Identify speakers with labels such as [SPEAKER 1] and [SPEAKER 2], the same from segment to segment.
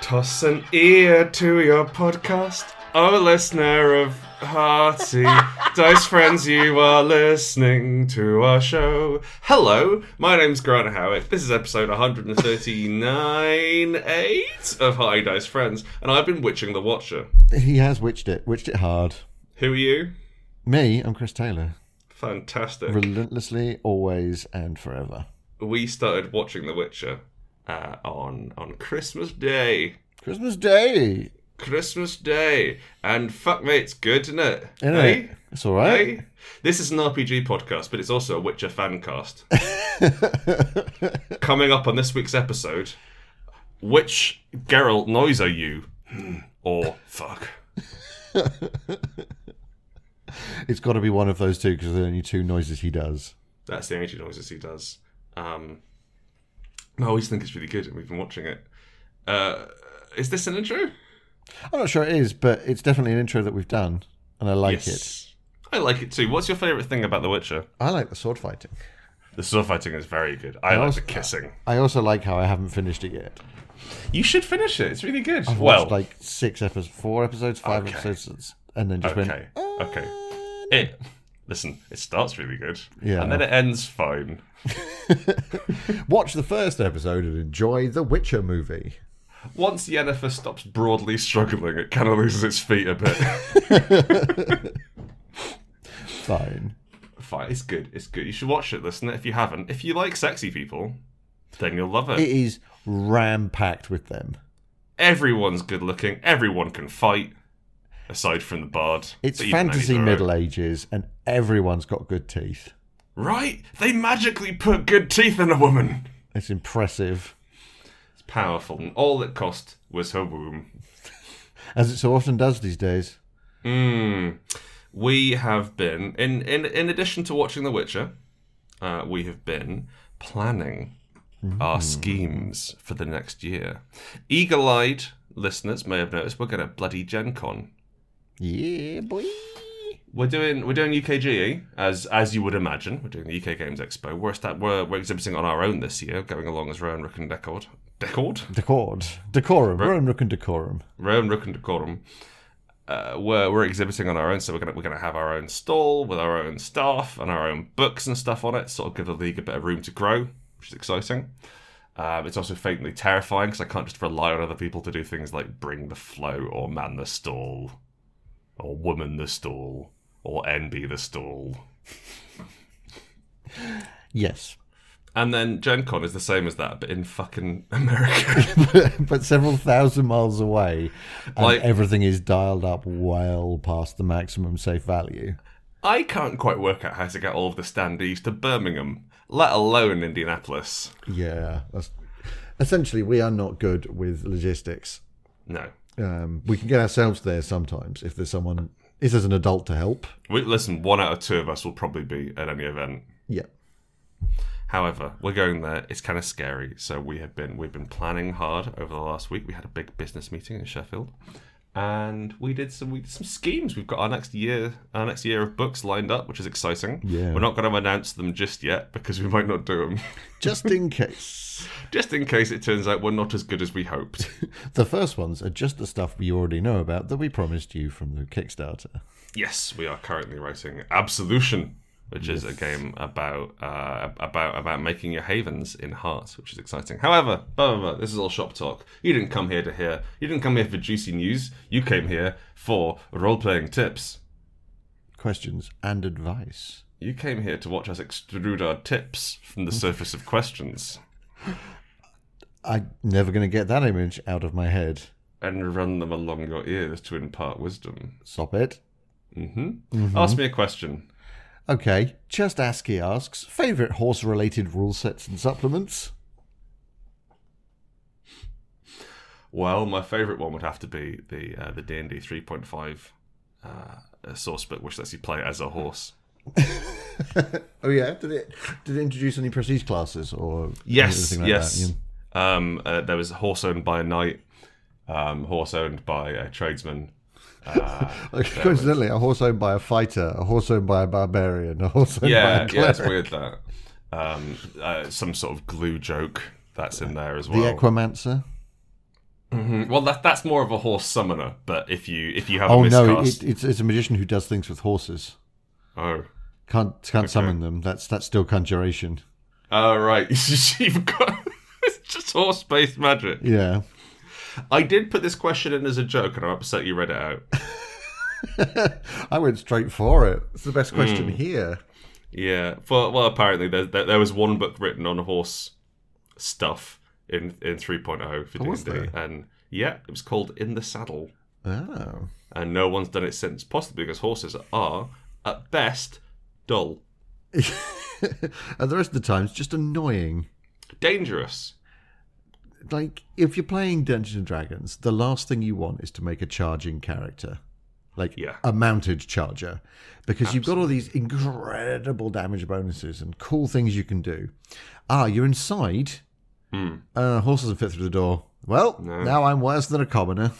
[SPEAKER 1] Toss an ear to your podcast, oh listener of Hearty. Dice friends, you are listening to our show. Hello, my name's Grant Howitt. This is episode 139 8 of Hearty Dice Friends, and I've been witching the Watcher.
[SPEAKER 2] He has witched it, witched it hard.
[SPEAKER 1] Who are you?
[SPEAKER 2] Me, I'm Chris Taylor.
[SPEAKER 1] Fantastic.
[SPEAKER 2] Relentlessly, always, and forever.
[SPEAKER 1] we started watching The Witcher uh, on on Christmas Day.
[SPEAKER 2] Christmas Day,
[SPEAKER 1] Christmas Day, and fuck me, it's good, isn't it? Eh?
[SPEAKER 2] isn't
[SPEAKER 1] Hey?
[SPEAKER 2] it? It's all right.
[SPEAKER 1] Hey? This is an RPG podcast, but it's also a Witcher fan cast. Coming up on this week's episode, which Geralt noise are you? Hmm. Or fuck.
[SPEAKER 2] It's got to be one of those two because there are only two noises he does.
[SPEAKER 1] That's the only two noises he does. Um, I always think it's really good, and we've been watching it. Uh, is this an intro?
[SPEAKER 2] I'm not sure it is, but it's definitely an intro that we've done, and I like it.
[SPEAKER 1] I like it too. What's your favourite thing about The Witcher?
[SPEAKER 2] I like the sword fighting.
[SPEAKER 1] The sword fighting is very good. I like the kissing.
[SPEAKER 2] I also like how I haven't finished it yet.
[SPEAKER 1] You should finish it. It's really good.
[SPEAKER 2] I've
[SPEAKER 1] well,
[SPEAKER 2] watched like six episodes, four episodes, five
[SPEAKER 1] Okay.
[SPEAKER 2] episodes, and then just went,
[SPEAKER 1] okay, okay. It listen. It starts really good.
[SPEAKER 2] Yeah.
[SPEAKER 1] And then it ends fine.
[SPEAKER 2] watch the first episode and enjoy the Witcher movie.
[SPEAKER 1] Once Yennefer stops broadly struggling, it kind of loses its feet a bit.
[SPEAKER 2] Fine.
[SPEAKER 1] fine. It's good. It's good. You should watch it. Listen, if you haven't, if you like sexy people, then you'll love it.
[SPEAKER 2] It is ram packed with them.
[SPEAKER 1] Everyone's good looking. Everyone can fight. Aside from the bard,
[SPEAKER 2] It's
[SPEAKER 1] But even then he's
[SPEAKER 2] fantasy
[SPEAKER 1] all right.
[SPEAKER 2] Middle Ages, and everyone's got good teeth.
[SPEAKER 1] Right? They magically put good teeth in a woman.
[SPEAKER 2] It's impressive,
[SPEAKER 1] It's powerful, and all it cost was her womb.
[SPEAKER 2] as it so often does these days.
[SPEAKER 1] Mmm. We have been in in in addition to watching The Witcher, uh, we have been planning our schemes for the next year. Eagle-eyed listeners may have noticed we're going to bloody Gen Con.
[SPEAKER 2] Yeah, boy.
[SPEAKER 1] We're doing we're doing UKGE E, as as you would imagine. We're doing the UK Games Expo. We're sta- we're, we're exhibiting on our own this year, going along as Rowan Rook and Decord. Decord?
[SPEAKER 2] Decord. Decorum. We're on Rook and Decorum.
[SPEAKER 1] Rowan Rook and Decorum. Uh, we're, we're exhibiting on our own, so we're gonna we're gonna have our own stall with our own staff and our own books and stuff on it. Sort of give the league a bit of room to grow, which is exciting. Um, it's also faintly terrifying because I can't just rely on other people to do things like bring the flow or man the stall, or woman the stall, or envy the stall.
[SPEAKER 2] Yes.
[SPEAKER 1] And then Gen Con is the same as that, but in fucking America.
[SPEAKER 2] but several thousand miles away, and
[SPEAKER 1] Like-
[SPEAKER 2] everything is dialed up well past the maximum safe value.
[SPEAKER 1] I can't quite work out how to get all of the standees to Birmingham, let alone Indianapolis.
[SPEAKER 2] Yeah. That's... Essentially, we are not good with logistics.
[SPEAKER 1] No.
[SPEAKER 2] Um, we can get ourselves there sometimes if there's someone, if there's an adult to help.
[SPEAKER 1] We, listen, one out of two of us will probably be at any event.
[SPEAKER 2] Yeah.
[SPEAKER 1] However, we're going there. It's kind of scary, so we have been we've been planning hard over the last week. We had a big business meeting in Sheffield, and we did some we did some schemes. We've got our next year our next year of books lined up, which is exciting.
[SPEAKER 2] Yeah.
[SPEAKER 1] We're not going to announce them just yet because we might not do them,
[SPEAKER 2] Just in case.
[SPEAKER 1] just in case it turns out we're not as good as we hoped.
[SPEAKER 2] The first ones are just the stuff we already know about that we promised you from the Kickstarter.
[SPEAKER 1] Yes, we are currently writing Absolution, which is a game about uh, about about making your havens in hearts, which is exciting. However, blah, blah, blah, this is all shop talk. You didn't come here to hear. You didn't come here for juicy news. You came here for role playing tips.
[SPEAKER 2] Questions and advice.
[SPEAKER 1] You came here to watch us extrude our tips from the surface of questions
[SPEAKER 2] I'm never going to get that image out of my head.
[SPEAKER 1] and run them along your ears to impart wisdom.
[SPEAKER 2] Stop it.
[SPEAKER 1] hmm Ask me a question.
[SPEAKER 2] Okay, just ASCII asks favourite horse related rule sets and supplements?
[SPEAKER 1] Well, my favourite one would have to be the uh, the D and D three point five uh, source book, which lets you play as a horse.
[SPEAKER 2] Oh yeah, did it did it introduce any prestige classes or
[SPEAKER 1] Yes,
[SPEAKER 2] anything like
[SPEAKER 1] yes.
[SPEAKER 2] that? Yeah.
[SPEAKER 1] Um, uh, there was a horse owned by a knight, um, horse owned by a tradesman. Uh,
[SPEAKER 2] Like, coincidentally, a horse owned by a fighter, a horse owned by a barbarian, a horse owned by
[SPEAKER 1] yeah,
[SPEAKER 2] a
[SPEAKER 1] yeah,
[SPEAKER 2] cleric.
[SPEAKER 1] it's weird that. Um, uh, some sort of glue joke that's in there as
[SPEAKER 2] the
[SPEAKER 1] well.
[SPEAKER 2] Equimancer.
[SPEAKER 1] Mhm. Well, that, that's more of a horse summoner, but if you if you have
[SPEAKER 2] Oh
[SPEAKER 1] a
[SPEAKER 2] no,
[SPEAKER 1] miscast,
[SPEAKER 2] it, it's it's a magician who does things with horses.
[SPEAKER 1] oh.
[SPEAKER 2] Can't can't summon them. That's that's still conjuration.
[SPEAKER 1] Oh right, you've got it's just horse-based magic.
[SPEAKER 2] Yeah.
[SPEAKER 1] I did put this question in as a joke, and I'm upset you read it out.
[SPEAKER 2] I went straight for it. It's the best question here.
[SPEAKER 1] Yeah, well, well apparently there, there there was one book written on horse stuff in in 3.0 for
[SPEAKER 2] Oh, was
[SPEAKER 1] D&D, and yeah, it was called In the Saddle,
[SPEAKER 2] Oh.
[SPEAKER 1] and no one's done it since, possibly because horses are at best dull,
[SPEAKER 2] and the rest of the time, it's just annoying.
[SPEAKER 1] dangerous.
[SPEAKER 2] Like, if you're playing Dungeons and Dragons, the last thing you want is to make a charging character. Like
[SPEAKER 1] Yeah.
[SPEAKER 2] a mounted charger. Because you've got all these incredible damage bonuses and cool things you can do. Ah, you're inside.
[SPEAKER 1] Hmm.
[SPEAKER 2] Uh, horses have fit through the door. Well, now I'm worse than a commoner.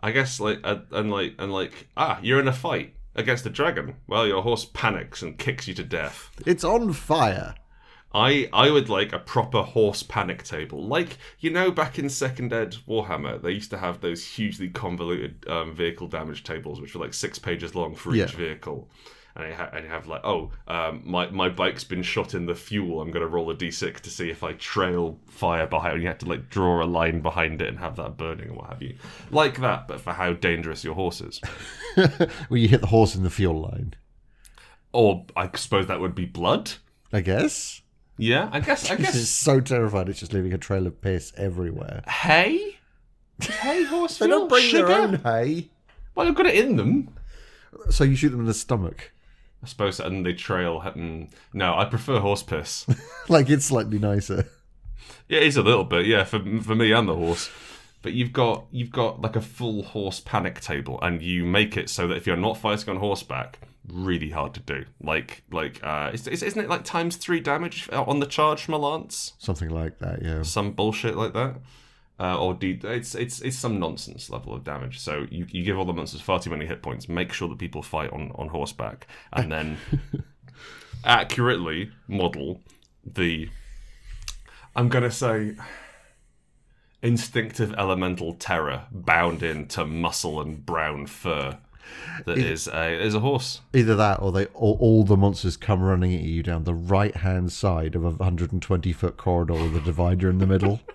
[SPEAKER 1] I guess like uh, and like and like ah, you're in a fight against a dragon. Well, your horse panics and kicks you to death.
[SPEAKER 2] It's on fire.
[SPEAKER 1] I I would like a proper horse panic table, like you know back in Second Ed Warhammer, they used to have those hugely convoluted um, vehicle damage tables, which were like six pages long for each
[SPEAKER 2] Yeah.
[SPEAKER 1] vehicle, and you, ha- and you have like oh um, my my bike's been shot in the fuel, I'm gonna roll a d6 to see if I trail fire behind. And you had to like draw a line behind it and have that burning and what have you, like that, but for how dangerous your horse is.
[SPEAKER 2] Well, you hit the horse in the fuel line.
[SPEAKER 1] Or I suppose that would be blood.
[SPEAKER 2] I guess.
[SPEAKER 1] Yeah, I guess I
[SPEAKER 2] This
[SPEAKER 1] guess
[SPEAKER 2] is so terrified. It's just leaving a trail of piss everywhere.
[SPEAKER 1] hay. Hay horse
[SPEAKER 2] They
[SPEAKER 1] fuel?
[SPEAKER 2] don't bring
[SPEAKER 1] sugar.
[SPEAKER 2] their own hay.
[SPEAKER 1] Well, they've got it in them.
[SPEAKER 2] So you shoot them in the stomach.
[SPEAKER 1] I suppose, and they trail. And no, I prefer horse piss.
[SPEAKER 2] Like it's slightly nicer.
[SPEAKER 1] yeah, it is a little bit. Yeah, for for me and the horse. But you've got you've got like a full horse panic table, and you make it so that if you're not fighting on horseback, really hard to do. Like like uh, it's, it's, isn't it like times three damage uh, on the charge from a lance?
[SPEAKER 2] Something like that, yeah.
[SPEAKER 1] some bullshit like that. Uh, or D it's it's it's some nonsense level of damage. So you, you give all the monsters far too many hit points. Make sure that people fight on, on horseback, and then accurately model the. I'm gonna say instinctive elemental terror bound into muscle and brown fur. That is a is a horse.
[SPEAKER 2] Either that or they or all the monsters come running at you down the right hand side of a hundred and twenty foot corridor with a divider in the middle.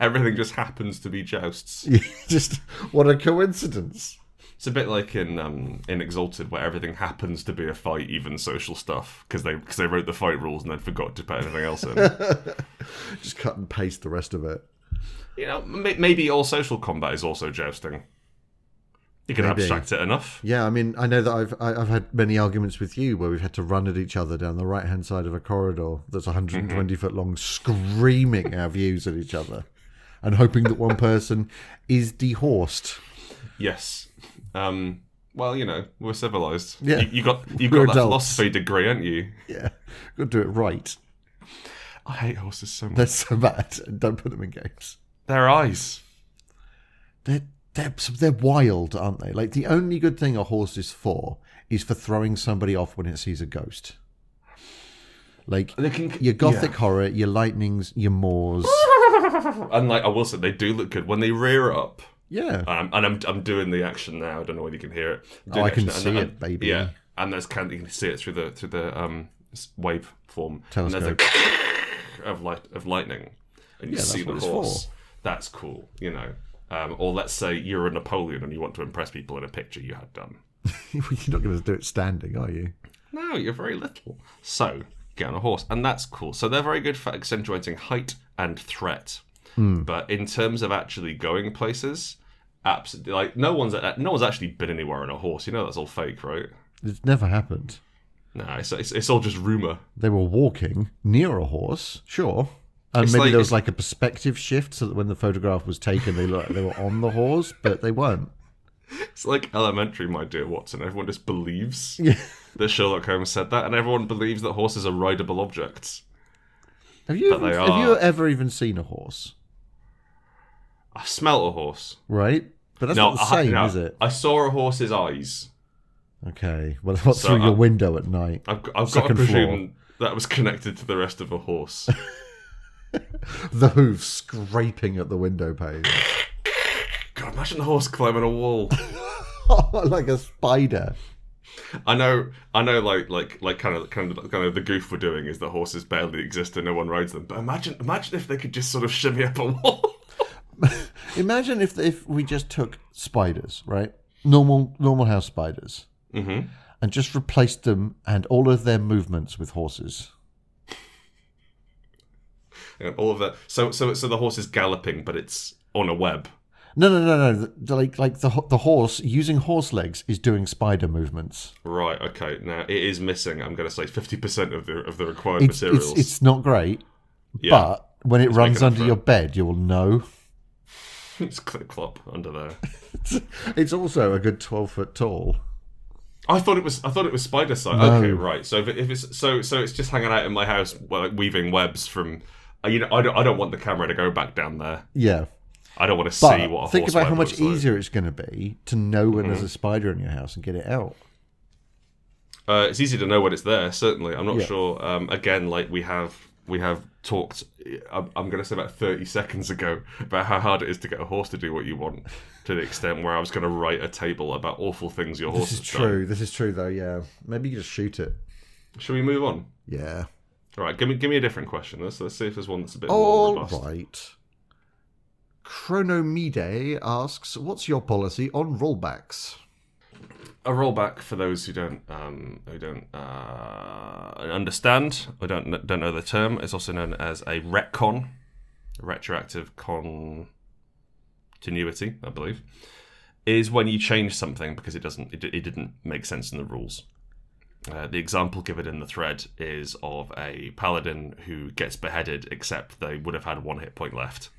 [SPEAKER 1] Everything just happens to be jousts.
[SPEAKER 2] just what a coincidence.
[SPEAKER 1] It's a bit like in um, in Exalted, where everything happens to be a fight, even social stuff, because they because they wrote the fight rules and then forgot to put anything else in.
[SPEAKER 2] Just cut and paste the rest of it.
[SPEAKER 1] you know, may- maybe all social combat is also jousting. You can
[SPEAKER 2] Maybe.
[SPEAKER 1] abstract it enough.
[SPEAKER 2] Yeah, I mean, I know that I've I- I've had many arguments with you where we've had to run at each other down the right hand side of a corridor that's 120 foot long, screaming our views at each other, and hoping that one person is dehorsed.
[SPEAKER 1] Yes. Um, well, you know, we're civilized.
[SPEAKER 2] Yeah.
[SPEAKER 1] You, you got you
[SPEAKER 2] We're
[SPEAKER 1] got that
[SPEAKER 2] adults.
[SPEAKER 1] philosophy degree, aren't you?
[SPEAKER 2] Yeah, got to do it right.
[SPEAKER 1] I hate horses so much.
[SPEAKER 2] They're so bad. Don't put them in games.
[SPEAKER 1] Their eyes.
[SPEAKER 2] They're they're they're wild, aren't they? Like the only good thing a horse is for is for throwing somebody off when it sees a ghost. Like
[SPEAKER 1] They can
[SPEAKER 2] your gothic horror, your lightnings, your moors.
[SPEAKER 1] And like I will say, they do look good when they rear up.
[SPEAKER 2] Yeah. Oh,
[SPEAKER 1] And I'm, Um, and I'm, I'm doing the action now. I don't know whether you can hear it. I'm doing
[SPEAKER 2] I
[SPEAKER 1] the action
[SPEAKER 2] can
[SPEAKER 1] now, and-
[SPEAKER 2] see
[SPEAKER 1] and-
[SPEAKER 2] it, baby.
[SPEAKER 1] Yeah, and there's can you can see it through the through the um s- waveform. And there's a of light of lightning, and you see the
[SPEAKER 2] what it's
[SPEAKER 1] horse. That's cool, you know. Um, or let's say you're a Napoleon and you want to impress people in a picture you had done.
[SPEAKER 2] You're not going to do it standing, are you?
[SPEAKER 1] No, you're very little. So get on a horse, and that's cool. So they're very good for accentuating height and threat,
[SPEAKER 2] Hmm.
[SPEAKER 1] but in terms of actually going places, absolutely like no one's no one's actually been anywhere on a horse. You know that's all fake, right?
[SPEAKER 2] It's never happened.
[SPEAKER 1] No, it's it's, it's all just rumor.
[SPEAKER 2] They were walking near a horse, sure, And
[SPEAKER 1] It's
[SPEAKER 2] maybe
[SPEAKER 1] like-
[SPEAKER 2] there was like a perspective shift so that when the photograph was taken, they looked like they were on the horse, but they weren't.
[SPEAKER 1] It's like elementary, my dear Watson. Everyone just believes
[SPEAKER 2] Yeah.
[SPEAKER 1] that Sherlock Holmes said that, and everyone believes that horses are rideable objects.
[SPEAKER 2] Have you
[SPEAKER 1] But
[SPEAKER 2] even,
[SPEAKER 1] they
[SPEAKER 2] have you
[SPEAKER 1] are.
[SPEAKER 2] ever even seen a horse?
[SPEAKER 1] I smelt a horse.
[SPEAKER 2] Right, but that's not the
[SPEAKER 1] I,
[SPEAKER 2] same,
[SPEAKER 1] no,
[SPEAKER 2] is it?
[SPEAKER 1] I saw a horse's eyes.
[SPEAKER 2] Okay. Well, what's
[SPEAKER 1] So uh,
[SPEAKER 2] through your
[SPEAKER 1] I-
[SPEAKER 2] window at night?
[SPEAKER 1] I've, I've got to
[SPEAKER 2] Second
[SPEAKER 1] presume that was connected to the rest of a horse.
[SPEAKER 2] The hooves scraping at the window pane,
[SPEAKER 1] God, imagine a horse climbing a wall.
[SPEAKER 2] like a spider.
[SPEAKER 1] I know, I know, like, like, like, kind of, kind of, kind of, the goof we're doing is that horses barely exist and no one rides them. But imagine, imagine if they could just sort of shimmy up a wall.
[SPEAKER 2] Imagine if if we just took spiders, right? Normal normal house spiders,
[SPEAKER 1] Mhm.
[SPEAKER 2] and just replaced them and all of their movements with horses.
[SPEAKER 1] and all of that. So, so, so the horse is galloping, but it's on a web.
[SPEAKER 2] No, no, no, no. The- the- like like the ho- the horse using horse legs is doing spider movements.
[SPEAKER 1] Right. Okay. Now it is missing. I'm going to say 50 percent of the of the required
[SPEAKER 2] It's
[SPEAKER 1] materials.
[SPEAKER 2] it's, it's not great,
[SPEAKER 1] yeah,
[SPEAKER 2] but when it
[SPEAKER 1] making
[SPEAKER 2] runs
[SPEAKER 1] up
[SPEAKER 2] under
[SPEAKER 1] for
[SPEAKER 2] your bed, you'll know.
[SPEAKER 1] it's clip clop under there.
[SPEAKER 2] It's also a good twelve foot tall.
[SPEAKER 1] I thought it was. I thought it was spider site. Okay, right. So if, it, if it's so, so it's just hanging out in my house, well, like weaving webs from. uh, You know, I don't, I don't want the camera to go back down there.
[SPEAKER 2] Yeah,
[SPEAKER 1] I don't want to
[SPEAKER 2] but
[SPEAKER 1] see what. A
[SPEAKER 2] think
[SPEAKER 1] horse
[SPEAKER 2] about how
[SPEAKER 1] web
[SPEAKER 2] much
[SPEAKER 1] looks like. Mm-hmm.
[SPEAKER 2] easier it's going to be to know when there's a spider in your house and get it out.
[SPEAKER 1] Uh, it's easy to know when it's there. Certainly, I'm not
[SPEAKER 2] Yeah.
[SPEAKER 1] sure. Um, again, like we have, we have talked. uh, I'm, I'm going to say about 30 seconds ago about how hard it is to get a horse to do what you want, to the extent where I was going to write a table about awful things your horse
[SPEAKER 2] This is
[SPEAKER 1] has done.
[SPEAKER 2] true. This is true, though. Yeah, maybe you just shoot it.
[SPEAKER 1] Shall we move on?
[SPEAKER 2] Yeah.
[SPEAKER 1] All right, give me give me a different question. Let's let's see if there's one that's a bit more
[SPEAKER 2] All
[SPEAKER 1] robust.
[SPEAKER 2] right. Chronomide asks, "What's your policy on rollbacks?"
[SPEAKER 1] a rollback for those who don't um, who don't uh, understand or don't don't know the term. It's also known as a retcon, retroactive con- continuity, I believe, is when you change something because it doesn't it, di- it didn't make sense in the rules. Uh, the example given in the thread is of a paladin who gets beheaded, except they would have had one hit point left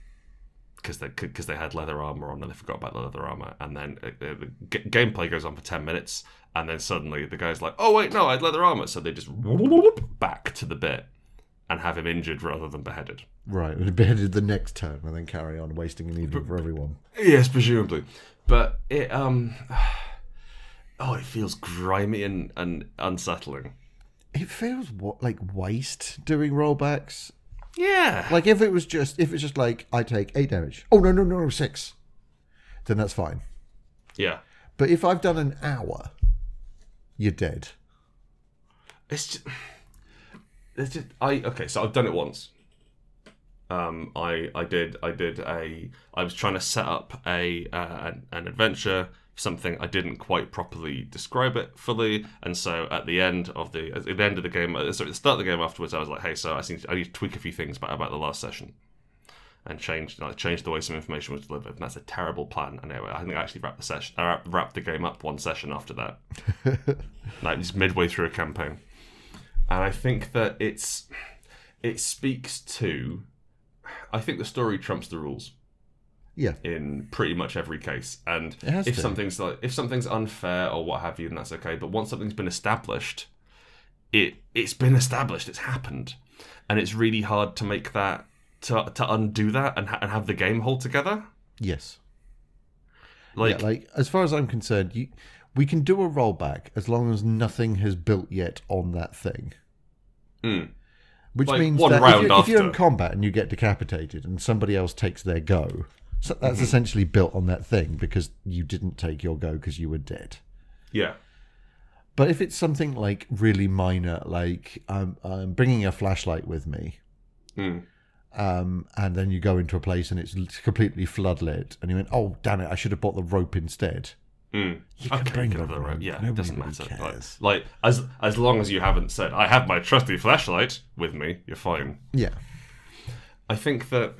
[SPEAKER 1] because they because they had leather armor on and they forgot about the leather armor, and then uh, uh, the g- gameplay goes on for ten minutes, and then suddenly the guy's like, "Oh wait, no, I had leather armor," so they just whoop back to the bit and have him injured rather than beheaded.
[SPEAKER 2] Right, we'd be headed the next turn and then carry on, wasting an evening for everyone.
[SPEAKER 1] Yes, presumably, but it um, oh, it feels grimy and and unsettling.
[SPEAKER 2] It feels what like waste doing rollbacks.
[SPEAKER 1] Yeah,
[SPEAKER 2] Like if it was just if it's just like I take eight damage. Oh no no no no six, then that's fine.
[SPEAKER 1] yeah.
[SPEAKER 2] But if I've done an hour, you're dead.
[SPEAKER 1] It's just, it's just I okay. So I've done it once. Um, I I did I did a I was trying to set up a uh, an, an adventure something I didn't quite properly describe it fully, and so at the end of the at the end of the game, uh, sorry, at the start of the game afterwards, I was like, hey, so I need to, I need to tweak a few things about, about the last session. And changed, like, changed the way some information was delivered, and that's a terrible plan. And anyway, I think I actually wrapped the session, I wrapped- wrapped the game up one session after that, like just midway through a campaign and I think that it's it speaks to I think the story trumps the rules
[SPEAKER 2] Yeah.
[SPEAKER 1] in pretty much every case and
[SPEAKER 2] It has
[SPEAKER 1] if
[SPEAKER 2] to.
[SPEAKER 1] something's like if something's unfair or what have you then that's okay but once something's been established it it's been established it's happened and it's really hard to make that to, to undo that and, ha- and have the game hold together
[SPEAKER 2] Yes.
[SPEAKER 1] like,
[SPEAKER 2] yeah, like as far as I'm concerned, you, we can do a rollback as long as nothing has built yet on that thing.
[SPEAKER 1] Mm.
[SPEAKER 2] Which
[SPEAKER 1] Like,
[SPEAKER 2] means
[SPEAKER 1] one
[SPEAKER 2] that
[SPEAKER 1] round
[SPEAKER 2] if, you're, if you're in
[SPEAKER 1] after.
[SPEAKER 2] combat and you get decapitated and somebody else takes their go, so that's
[SPEAKER 1] Mm-hmm.
[SPEAKER 2] essentially built on that thing because you didn't take your go because you were dead.
[SPEAKER 1] yeah
[SPEAKER 2] But if it's something like really minor, like um, I'm bringing a flashlight with me,
[SPEAKER 1] Mm.
[SPEAKER 2] um, and then you go into a place and it's l- completely floodlit, and you went, "Oh damn it! I should have bought the rope instead."
[SPEAKER 1] Mm.
[SPEAKER 2] You can
[SPEAKER 1] Okay,
[SPEAKER 2] bring
[SPEAKER 1] get
[SPEAKER 2] it
[SPEAKER 1] up the
[SPEAKER 2] around.
[SPEAKER 1] road. Yeah, it
[SPEAKER 2] Nobody
[SPEAKER 1] doesn't
[SPEAKER 2] really
[SPEAKER 1] matter. Like,
[SPEAKER 2] cares.
[SPEAKER 1] like, as as long as you haven't said, "I have my trusty flashlight with me," you're fine.
[SPEAKER 2] Yeah.
[SPEAKER 1] I think that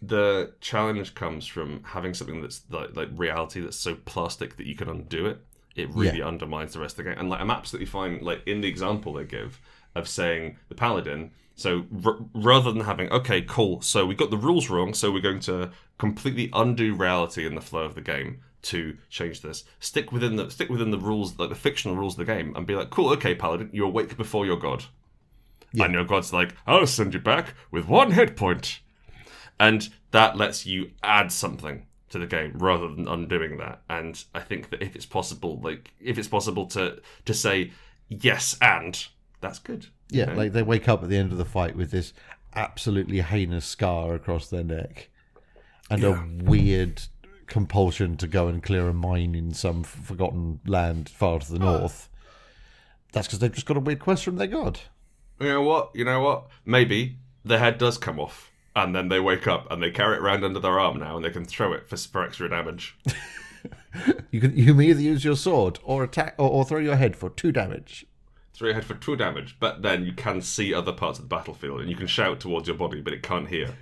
[SPEAKER 1] the challenge comes from having something that's like, like reality that's so plastic that you can undo it. It really undermines the rest of the game. And like, I'm absolutely fine. Like in the example they give, of saying the paladin. So r- rather than having okay, cool, so we got the rules wrong, so we're going to completely undo reality in the flow of the game to change this. Stick within the stick within the rules, like the fictional rules of the game, and be like, cool, okay, paladin, you're awake before your god, and your god's like, I'll send you back with one hit point and that lets you add something to the game rather than undoing that and i think that if it's possible like if it's possible to to say yes and that's good
[SPEAKER 2] Yeah,
[SPEAKER 1] Okay.
[SPEAKER 2] like they wake up at the end of the fight with this absolutely heinous scar across their neck and
[SPEAKER 1] Yeah.
[SPEAKER 2] a weird compulsion to go and clear a mine in some f- forgotten land far to the
[SPEAKER 1] Ah.
[SPEAKER 2] north. That's because they've just got a weird quest from their god.
[SPEAKER 1] you know what you know what maybe the head does come off and then they wake up and they carry it around under their arm now and they can throw it for, for extra damage
[SPEAKER 2] You can you may either use your sword or attack or, or throw your head for two damage.
[SPEAKER 1] throw your head for two damage but then you can see other parts of the battlefield and you can shout towards your body but it can't hear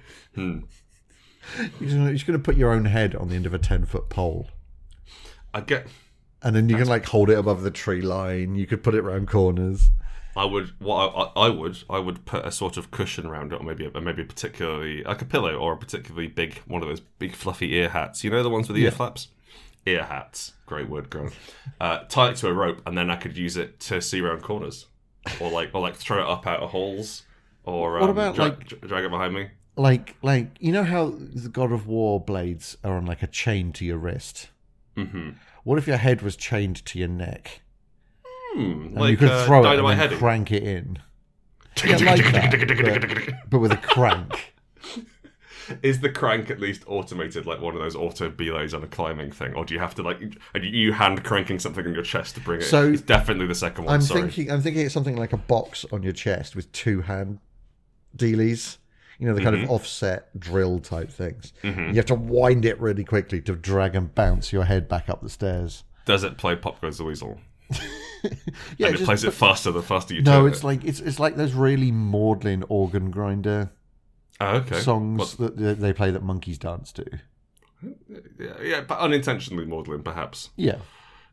[SPEAKER 2] You're just gonna- you're just going to put your own head on the end of a ten foot pole.
[SPEAKER 1] i get
[SPEAKER 2] And then you can like hold it above the tree line. You could put it round corners.
[SPEAKER 1] I would what I, I, I would I would put a sort of cushion around it, or maybe a, maybe a particularly like a pillow or a particularly big one of those big fluffy ear hats. You know the ones with the ear flaps, ear hats. Great word, Grant. Uh, tie it to a rope, and then I could use it to see round corners, or like or like throw it up out of holes, or um,
[SPEAKER 2] about,
[SPEAKER 1] dra-
[SPEAKER 2] like-
[SPEAKER 1] dra- drag it behind me.
[SPEAKER 2] like like you know how the god of war blades are on like a chain to your wrist
[SPEAKER 1] Mm-hmm.
[SPEAKER 2] what if your head was chained to your neck
[SPEAKER 1] Hmm,
[SPEAKER 2] and
[SPEAKER 1] like
[SPEAKER 2] you could
[SPEAKER 1] uh,
[SPEAKER 2] throw it and
[SPEAKER 1] dynamite
[SPEAKER 2] then
[SPEAKER 1] heading.
[SPEAKER 2] crank it in yeah, like that, but, but with a crank
[SPEAKER 1] Is the crank at least automated, like one of those auto belays on a climbing thing, or do you have to like are you hand cranking something on your chest to bring it?
[SPEAKER 2] So,
[SPEAKER 1] it's definitely the second one.
[SPEAKER 2] i'm
[SPEAKER 1] sorry,
[SPEAKER 2] thinking i'm thinking it's something like a box on your chest with two hand dealies you know the kind
[SPEAKER 1] Mm-hmm.
[SPEAKER 2] of offset drill type things you have to wind it really quickly to drag and bounce your head back up the stairs
[SPEAKER 1] does it play Pop Goes the Weasel?
[SPEAKER 2] yeah
[SPEAKER 1] and it
[SPEAKER 2] just-
[SPEAKER 1] plays it faster the faster you
[SPEAKER 2] no
[SPEAKER 1] turn
[SPEAKER 2] it's
[SPEAKER 1] it.
[SPEAKER 2] like it's, it's like those really maudlin organ grinder
[SPEAKER 1] Oh, okay.
[SPEAKER 2] songs that that they play that monkeys dance to.
[SPEAKER 1] Yeah, yeah, but unintentionally maudlin, perhaps.
[SPEAKER 2] Yeah.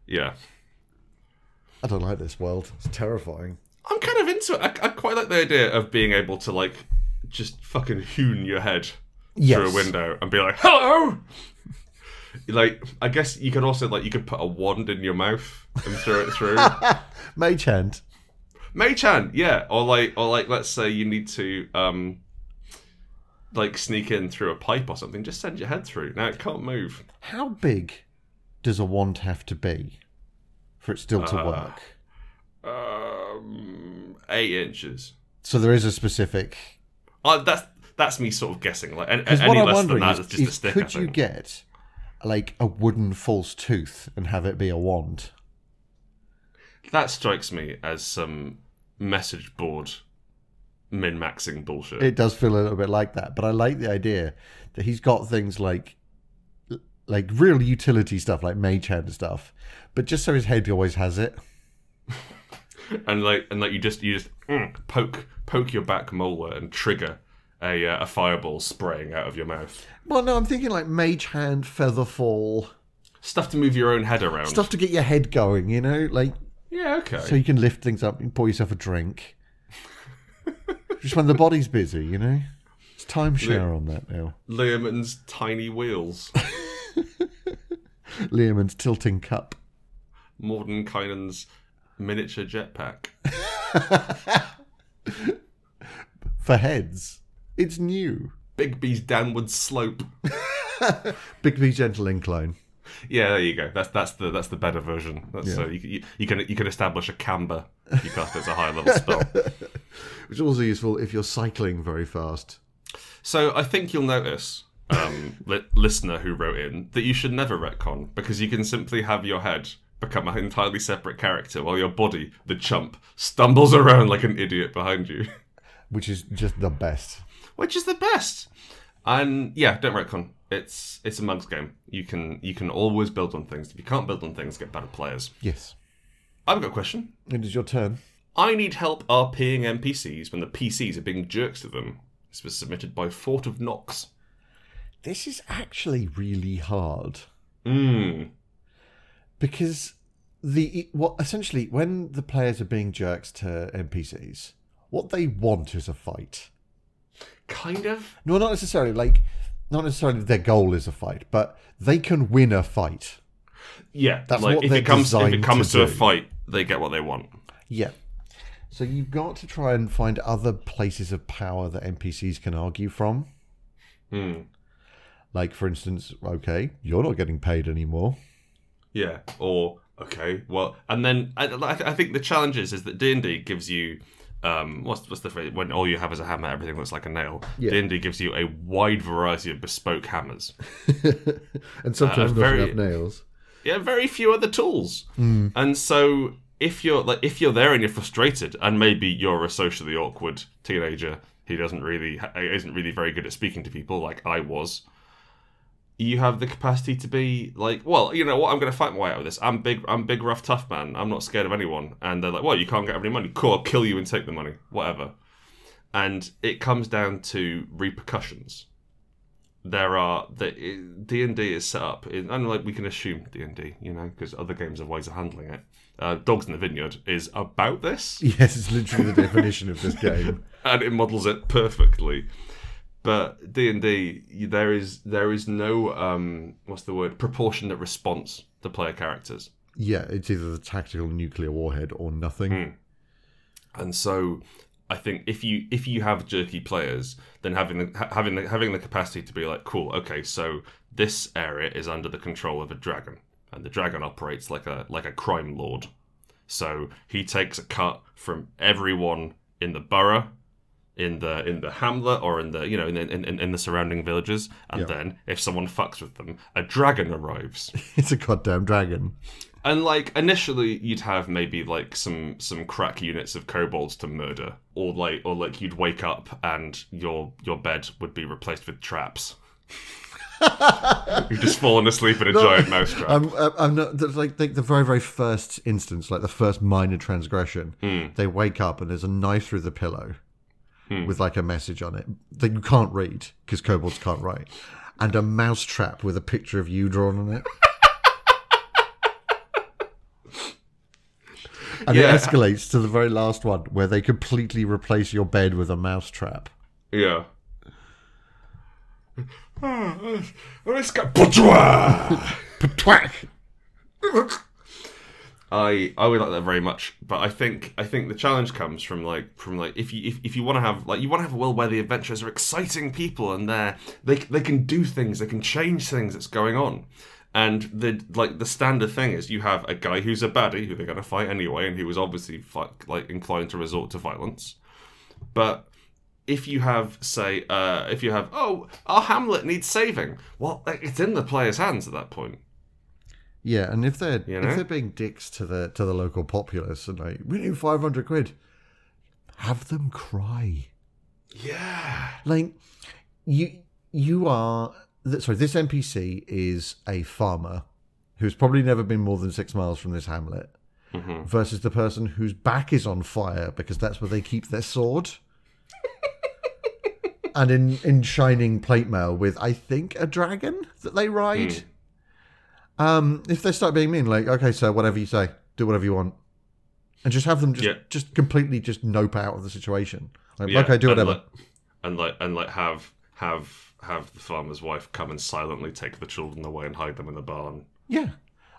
[SPEAKER 1] Yeah,
[SPEAKER 2] I don't like this world. It's terrifying.
[SPEAKER 1] I'm kind of into it. I, I quite like the idea of being able to like just fucking hewn your head
[SPEAKER 2] Yes.
[SPEAKER 1] through a window and be like, "Hello." Like, I guess you could also like you could put a wand in your mouth and throw it through.
[SPEAKER 2] Mage hand.
[SPEAKER 1] Mei Chan, yeah, or like, or like, let's say you need to, um, like sneak in through a pipe or something. Just send your head through. Now it can't move.
[SPEAKER 2] How big does a wand have to be for it still
[SPEAKER 1] Uh.
[SPEAKER 2] to work?
[SPEAKER 1] Um, eight inches.
[SPEAKER 2] So there is a specific.
[SPEAKER 1] Uh, that's that's me sort of guessing. Like, an-
[SPEAKER 2] Because
[SPEAKER 1] any
[SPEAKER 2] what I'm
[SPEAKER 1] less than
[SPEAKER 2] wondering
[SPEAKER 1] that,
[SPEAKER 2] is,
[SPEAKER 1] it's just a
[SPEAKER 2] is
[SPEAKER 1] stick. I
[SPEAKER 2] could you
[SPEAKER 1] think.
[SPEAKER 2] get like a wooden false tooth and have it be a wand?
[SPEAKER 1] That strikes me as some message board min maxing bullshit.
[SPEAKER 2] It does feel a little bit like that, but I like the idea that he's got things like like real utility stuff, like mage hand stuff, but just so his head always has it.
[SPEAKER 1] and like, and like, you just you just mm, poke poke your back molar and trigger a uh, a fireball spraying out of your mouth.
[SPEAKER 2] Well, no, I'm thinking like mage hand, feather fall,
[SPEAKER 1] Stuff to move your own head around.
[SPEAKER 2] stuff to get your head going. You know, like
[SPEAKER 1] Yeah, okay.
[SPEAKER 2] so you can lift things up and pour yourself a drink. Just when the body's busy, you know. It's timeshare on that now.
[SPEAKER 1] Learman's tiny wheels.
[SPEAKER 2] Learman's tilting cup.
[SPEAKER 1] Mordenkainen's miniature jetpack.
[SPEAKER 2] for heads. It's new.
[SPEAKER 1] Bigby's downward slope.
[SPEAKER 2] Bigby gentle incline.
[SPEAKER 1] Yeah, there you go. That's that's the that's the better version. That's, So you, you, you can you can establish a camber if you cast it as a high level spell.
[SPEAKER 2] which is also useful if you're cycling very fast.
[SPEAKER 1] So I think you'll notice, um, li- listener who wrote in, that you should never retcon because you can simply have your head become an entirely separate character while your body, the chump, stumbles around like an idiot behind you.
[SPEAKER 2] Which is just the best.
[SPEAKER 1] which is the best. And yeah, don't retcon. It's it's a mugs game. You can you can always build on things. If you can't build on things, get better players.
[SPEAKER 2] Yes.
[SPEAKER 1] I've got a question.
[SPEAKER 2] It is your turn.
[SPEAKER 1] I need help RPing NPCs when the PCs are being jerks to them. This was submitted by Fort of Knox.
[SPEAKER 2] This is actually really hard.
[SPEAKER 1] Mmm.
[SPEAKER 2] e, because the what essentially when the players are being jerks to NPCs what they want is a fight.
[SPEAKER 1] Kind of.
[SPEAKER 2] No, not necessarily. Like, not necessarily their goal is a fight, but they can win a fight.
[SPEAKER 1] Yeah.
[SPEAKER 2] That's
[SPEAKER 1] like
[SPEAKER 2] what
[SPEAKER 1] if
[SPEAKER 2] they're
[SPEAKER 1] it comes if it
[SPEAKER 2] designed
[SPEAKER 1] comes
[SPEAKER 2] to
[SPEAKER 1] to, a
[SPEAKER 2] do.
[SPEAKER 1] fight, they get what they want.
[SPEAKER 2] Yeah. So you've got to try and find other places of power that NPCs can argue from.
[SPEAKER 1] Hmm.
[SPEAKER 2] Like, for instance, okay, you're not getting paid anymore.
[SPEAKER 1] Yeah. Or okay, well, and then I, I I think the challenge is, is that D and D gives you. Um, what's, what's the phrase? When all you have is a hammer, everything looks like a nail.
[SPEAKER 2] Yeah.
[SPEAKER 1] D and D gives you a wide variety of bespoke hammers.
[SPEAKER 2] and sometimes
[SPEAKER 1] Uh,
[SPEAKER 2] not
[SPEAKER 1] very-
[SPEAKER 2] enough nails.
[SPEAKER 1] yeah, very few other tools. And so if you're like if you're there and you're frustrated, and maybe you're a socially awkward teenager who doesn't really isn't really very good at speaking to people, like I was. You have the capacity to be like, well, you know what? I'm going to fight my way out of this. I'm big. I'm big, rough, tough man. I'm not scared of anyone. And they're like, well, you can't get any money. Cool, I'll kill you and take the money. Whatever. And it comes down to repercussions there are the D and D is set up, in, and like we can assume D and D, you know, because other games have ways of handling it. Uh, Dogs in the Vineyard is about this,
[SPEAKER 2] Yes, it's literally the definition of this game.
[SPEAKER 1] and it models it perfectly. But D and D, there is there is no um, what's the word proportionate response to player characters.
[SPEAKER 2] Yeah, it's either the tactical nuclear warhead or nothing.
[SPEAKER 1] and so I think if you if you have jerky players, then having the ha- having the having the capacity to be like, cool, okay, so this area is under the control of a dragon, and the dragon operates like a like a crime lord, so he takes a cut from everyone in the borough, in the in the hamlet, or in the you know in the, in, in, in the surrounding villages, and then if someone fucks with them, a dragon arrives
[SPEAKER 2] It's a goddamn dragon.
[SPEAKER 1] and like initially you'd have maybe like some some crack units of kobolds to murder or like or like you'd wake up and your your bed would be replaced with traps you've just fallen asleep in a giant mouse trap
[SPEAKER 2] I'm, I'm- I'm not that's like, like the very, very first instance, like the first minor transgression. They wake up and there's a knife through the pillow with like a message on it that you can't read because kobolds can't write, and a mouse trap with a picture of you drawn on it. And
[SPEAKER 1] Yeah.
[SPEAKER 2] it escalates to the very last one where they completely replace your bed with a mouse trap.
[SPEAKER 1] yeah Oh, let's go. Patois! I I would like that very much, but I think I think the challenge comes from like from like if you if, if you want to have like you want to have a world where the adventurers are exciting people and they're they they can do things they can change things that's going on, and the like the standard thing is you have a guy who's a baddie who they're going to fight anyway and who was obviously fi- like inclined to resort to violence, but if you have say uh, if you have oh our Hamlet needs saving well it's in the player's hands at that point
[SPEAKER 2] Yeah, and if they're
[SPEAKER 1] You know?
[SPEAKER 2] if they're being dicks to the to the local populace and like we need five hundred quid, have them cry.
[SPEAKER 1] yeah
[SPEAKER 2] Like you you are th- sorry. This NPC is a farmer who's probably never been more than six miles from this hamlet,
[SPEAKER 1] Mhm.
[SPEAKER 2] versus the person whose back is on fire because that's where they keep their sword. And in, in shining plate mail with, I think, a dragon that they ride.
[SPEAKER 1] Hmm.
[SPEAKER 2] Um, if they start being mean, like, okay, so whatever you say, do whatever you want, and just have them just
[SPEAKER 1] Yeah.
[SPEAKER 2] just completely just nope out of the situation. Like,
[SPEAKER 1] Yeah,
[SPEAKER 2] okay, do
[SPEAKER 1] and
[SPEAKER 2] whatever.
[SPEAKER 1] like- And like, and like, have have have the farmer's wife come and silently take the children away and hide them in the barn.
[SPEAKER 2] Yeah,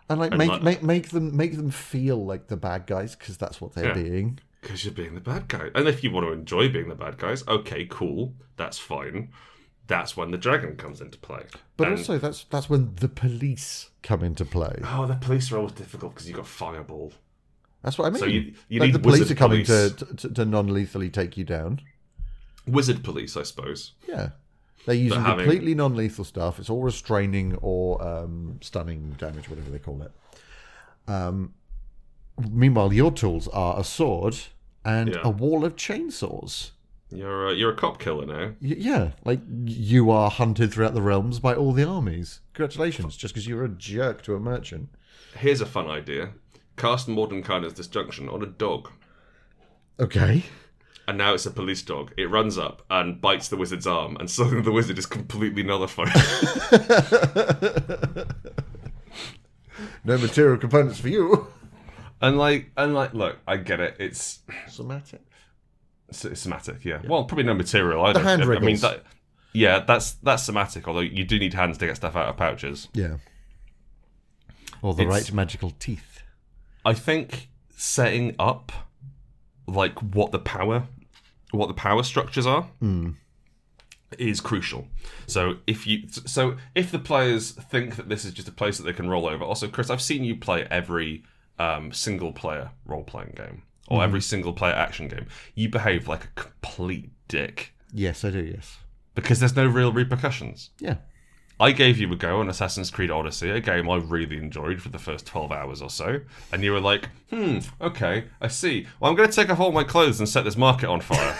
[SPEAKER 2] and like
[SPEAKER 1] And
[SPEAKER 2] make
[SPEAKER 1] like-
[SPEAKER 2] make make them make them feel like the bad guys because that's what they're
[SPEAKER 1] Yeah.
[SPEAKER 2] being.
[SPEAKER 1] Because you're being the bad guy. And if you want to enjoy being the bad guys, okay, cool, that's fine. That's when the dragon comes into play.
[SPEAKER 2] But
[SPEAKER 1] And-
[SPEAKER 2] also that's that's when the police come into play.
[SPEAKER 1] oh, the police are always difficult because you got fireball.
[SPEAKER 2] That's what I mean.
[SPEAKER 1] So you you
[SPEAKER 2] like
[SPEAKER 1] need
[SPEAKER 2] the police
[SPEAKER 1] wizard
[SPEAKER 2] are coming
[SPEAKER 1] police.
[SPEAKER 2] to to, to non lethally take you down.
[SPEAKER 1] wizard police, I suppose.
[SPEAKER 2] Yeah. They're using
[SPEAKER 1] having-
[SPEAKER 2] completely non lethal stuff. It's all restraining or um, stunning damage, whatever they call it. Um, meanwhile, your tools are a sword and
[SPEAKER 1] Yeah.
[SPEAKER 2] a wall of chainsaws.
[SPEAKER 1] You're a, you're a cop killer now.
[SPEAKER 2] Y- yeah, like you are hunted throughout the realms by all the armies. Congratulations, just because you're a jerk to a merchant.
[SPEAKER 1] Here's a fun idea: cast Mordenkainen's disjunction on a dog.
[SPEAKER 2] Okay.
[SPEAKER 1] and now it's a police dog. It runs up and bites the wizard's arm, and suddenly the wizard is completely nullified.
[SPEAKER 2] No material components for you.
[SPEAKER 1] and like, and like, look, I get it. It's
[SPEAKER 2] Somatic.
[SPEAKER 1] S- somatic, yeah. Well, probably no material either.
[SPEAKER 2] hand
[SPEAKER 1] I- I mean,
[SPEAKER 2] wriggles.
[SPEAKER 1] that, yeah, that's that's somatic. Although you do need hands to get stuff out of pouches.
[SPEAKER 2] Yeah. Or the
[SPEAKER 1] It's-
[SPEAKER 2] right magical teeth.
[SPEAKER 1] I think setting up like what the power what the power structures are is crucial. So if you so if the players think that this is just a place that they can roll over. Also, Chris, I've seen you play every um, single player role playing game or every single player action game. You behave like a complete dick
[SPEAKER 2] Yes, I do, yes.
[SPEAKER 1] because there's no real repercussions.
[SPEAKER 2] Yeah.
[SPEAKER 1] I gave you a go on Assassin's Creed Odyssey, a game I really enjoyed for the first 12 hours or so, and you were like, hmm, okay, I see. Well, I'm going to take off all my clothes and set this market on fire.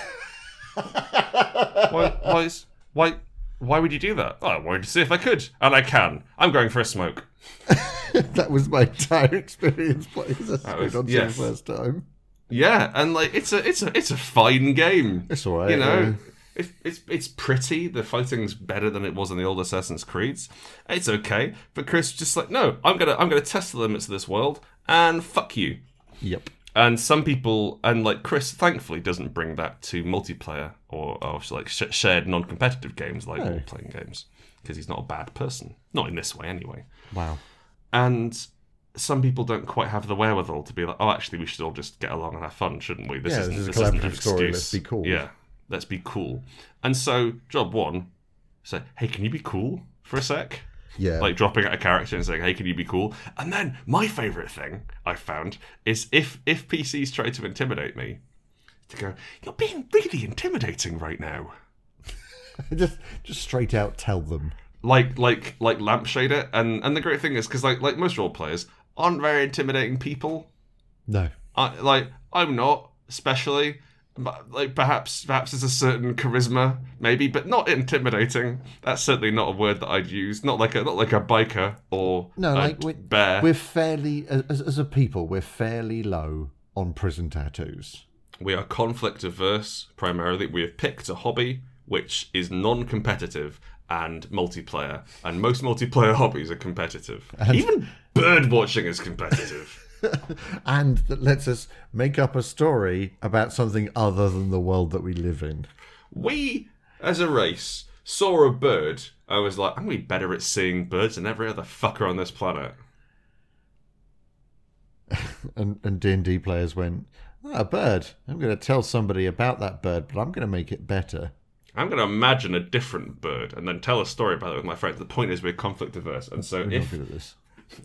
[SPEAKER 1] why, why, is- why, why would you do that? Oh, I wanted to see if I could, and I can. I'm going for a smoke.
[SPEAKER 2] that was my entire experience playing Assassin's
[SPEAKER 1] was-
[SPEAKER 2] Creed on
[SPEAKER 1] yes.
[SPEAKER 2] the first time.
[SPEAKER 1] Yeah, and like it's a it's a it's a fine game.
[SPEAKER 2] It's all right, Uh,
[SPEAKER 1] you
[SPEAKER 2] yeah.
[SPEAKER 1] know. It's, it's it's pretty. The fighting's better than it was in the old Assassin's Creeds. It's okay, but Chris was just like, no, I'm gonna I'm gonna test the limits of this world and fuck you.
[SPEAKER 2] Yep.
[SPEAKER 1] And some people and like Chris, thankfully, doesn't bring that to multiplayer or, or like sh- shared non-competitive games like
[SPEAKER 2] No.
[SPEAKER 1] role-playing games because he's not a bad person. Not in this way, anyway
[SPEAKER 2] Wow.
[SPEAKER 1] and some people don't quite have the wherewithal to be like, oh, actually, we should all just get along and have fun, shouldn't we? This
[SPEAKER 2] Yeah,
[SPEAKER 1] isn't,
[SPEAKER 2] this is a
[SPEAKER 1] isn't an
[SPEAKER 2] collaborative story,
[SPEAKER 1] excuse.
[SPEAKER 2] let's be cool.
[SPEAKER 1] Yeah, let's be cool. And so, job one, say, hey, can you be cool for a sec?
[SPEAKER 2] Yeah.
[SPEAKER 1] Like dropping out a character and saying, hey, can you be cool? And then my favorite thing I found is if if PCs try to intimidate me, to go, you're being really intimidating right now.
[SPEAKER 2] just just straight out tell them.
[SPEAKER 1] like like like lampshade it and and the great thing is because like like most role players aren't very intimidating people
[SPEAKER 2] No.
[SPEAKER 1] I, like i'm not especially but like perhaps perhaps there's a certain charisma maybe but not intimidating that's certainly not a word that i'd use not like a not like a biker or
[SPEAKER 2] No,
[SPEAKER 1] a
[SPEAKER 2] like we-
[SPEAKER 1] bear
[SPEAKER 2] We're fairly as, as a people, we're fairly low on prison tattoos.
[SPEAKER 1] we are conflict averse primarily we have picked a hobby which is non-competitive and multiplayer and most multiplayer hobbies are competitive even bird watching is competitive
[SPEAKER 2] and that lets us make up a story about something other than the world that we live in.
[SPEAKER 1] we as a race saw a bird i was like i'm gonna be better at seeing birds than every other fucker on this planet
[SPEAKER 2] And and D and D players went, "Ah, a bird. I'm going to tell somebody about that bird, but I'm going to make it better."
[SPEAKER 1] i'm gonna imagine a different bird and then tell a story about it with my friends the point is we're conflict averse and so
[SPEAKER 2] We're not
[SPEAKER 1] if
[SPEAKER 2] good at this.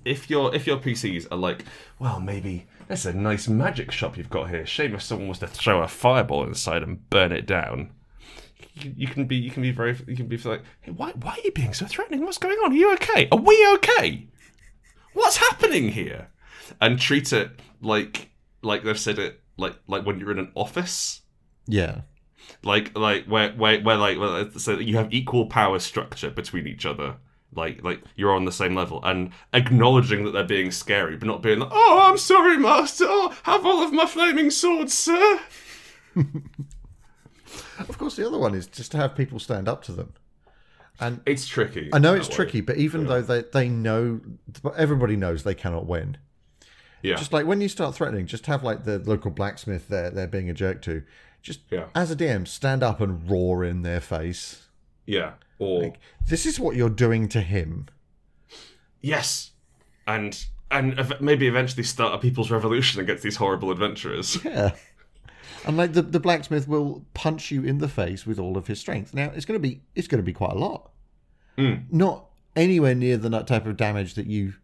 [SPEAKER 1] if your if your pcs are like well maybe that's a nice magic shop you've got here shame if someone was to throw a fireball inside and burn it down you you can be, you can be very, you can be like, hey, why, why are you being so threatening? What's going on? Are you okay? Are we okay? what's happening here and treat it like like they've said it like like when you're in an office
[SPEAKER 2] Yeah,
[SPEAKER 1] like like where where, where like where, so that you have equal power structure between each other like like you're on the same level and acknowledging that they're being scary but not being like oh i'm sorry master oh have all of my flaming swords sir
[SPEAKER 2] of course. The other one is just to have people stand up to them.
[SPEAKER 1] it's tricky
[SPEAKER 2] I know it's
[SPEAKER 1] that way.
[SPEAKER 2] tricky, but even though they they know, everybody knows they cannot win.
[SPEAKER 1] yeah
[SPEAKER 2] Just like when you start threatening, just have like the local blacksmith there they're being a jerk to. Just
[SPEAKER 1] Yeah.
[SPEAKER 2] as a DM, stand up and roar in their face.
[SPEAKER 1] yeah or
[SPEAKER 2] This is what you're doing to him.
[SPEAKER 1] yes and and ev- maybe eventually start a people's revolution against these horrible adventurers
[SPEAKER 2] Yeah. And like the, the blacksmith will punch you in the face with all of his strength. Now it's gonna be it's gonna be quite a lot.
[SPEAKER 1] Hmm.
[SPEAKER 2] Not anywhere near the nut type of damage that you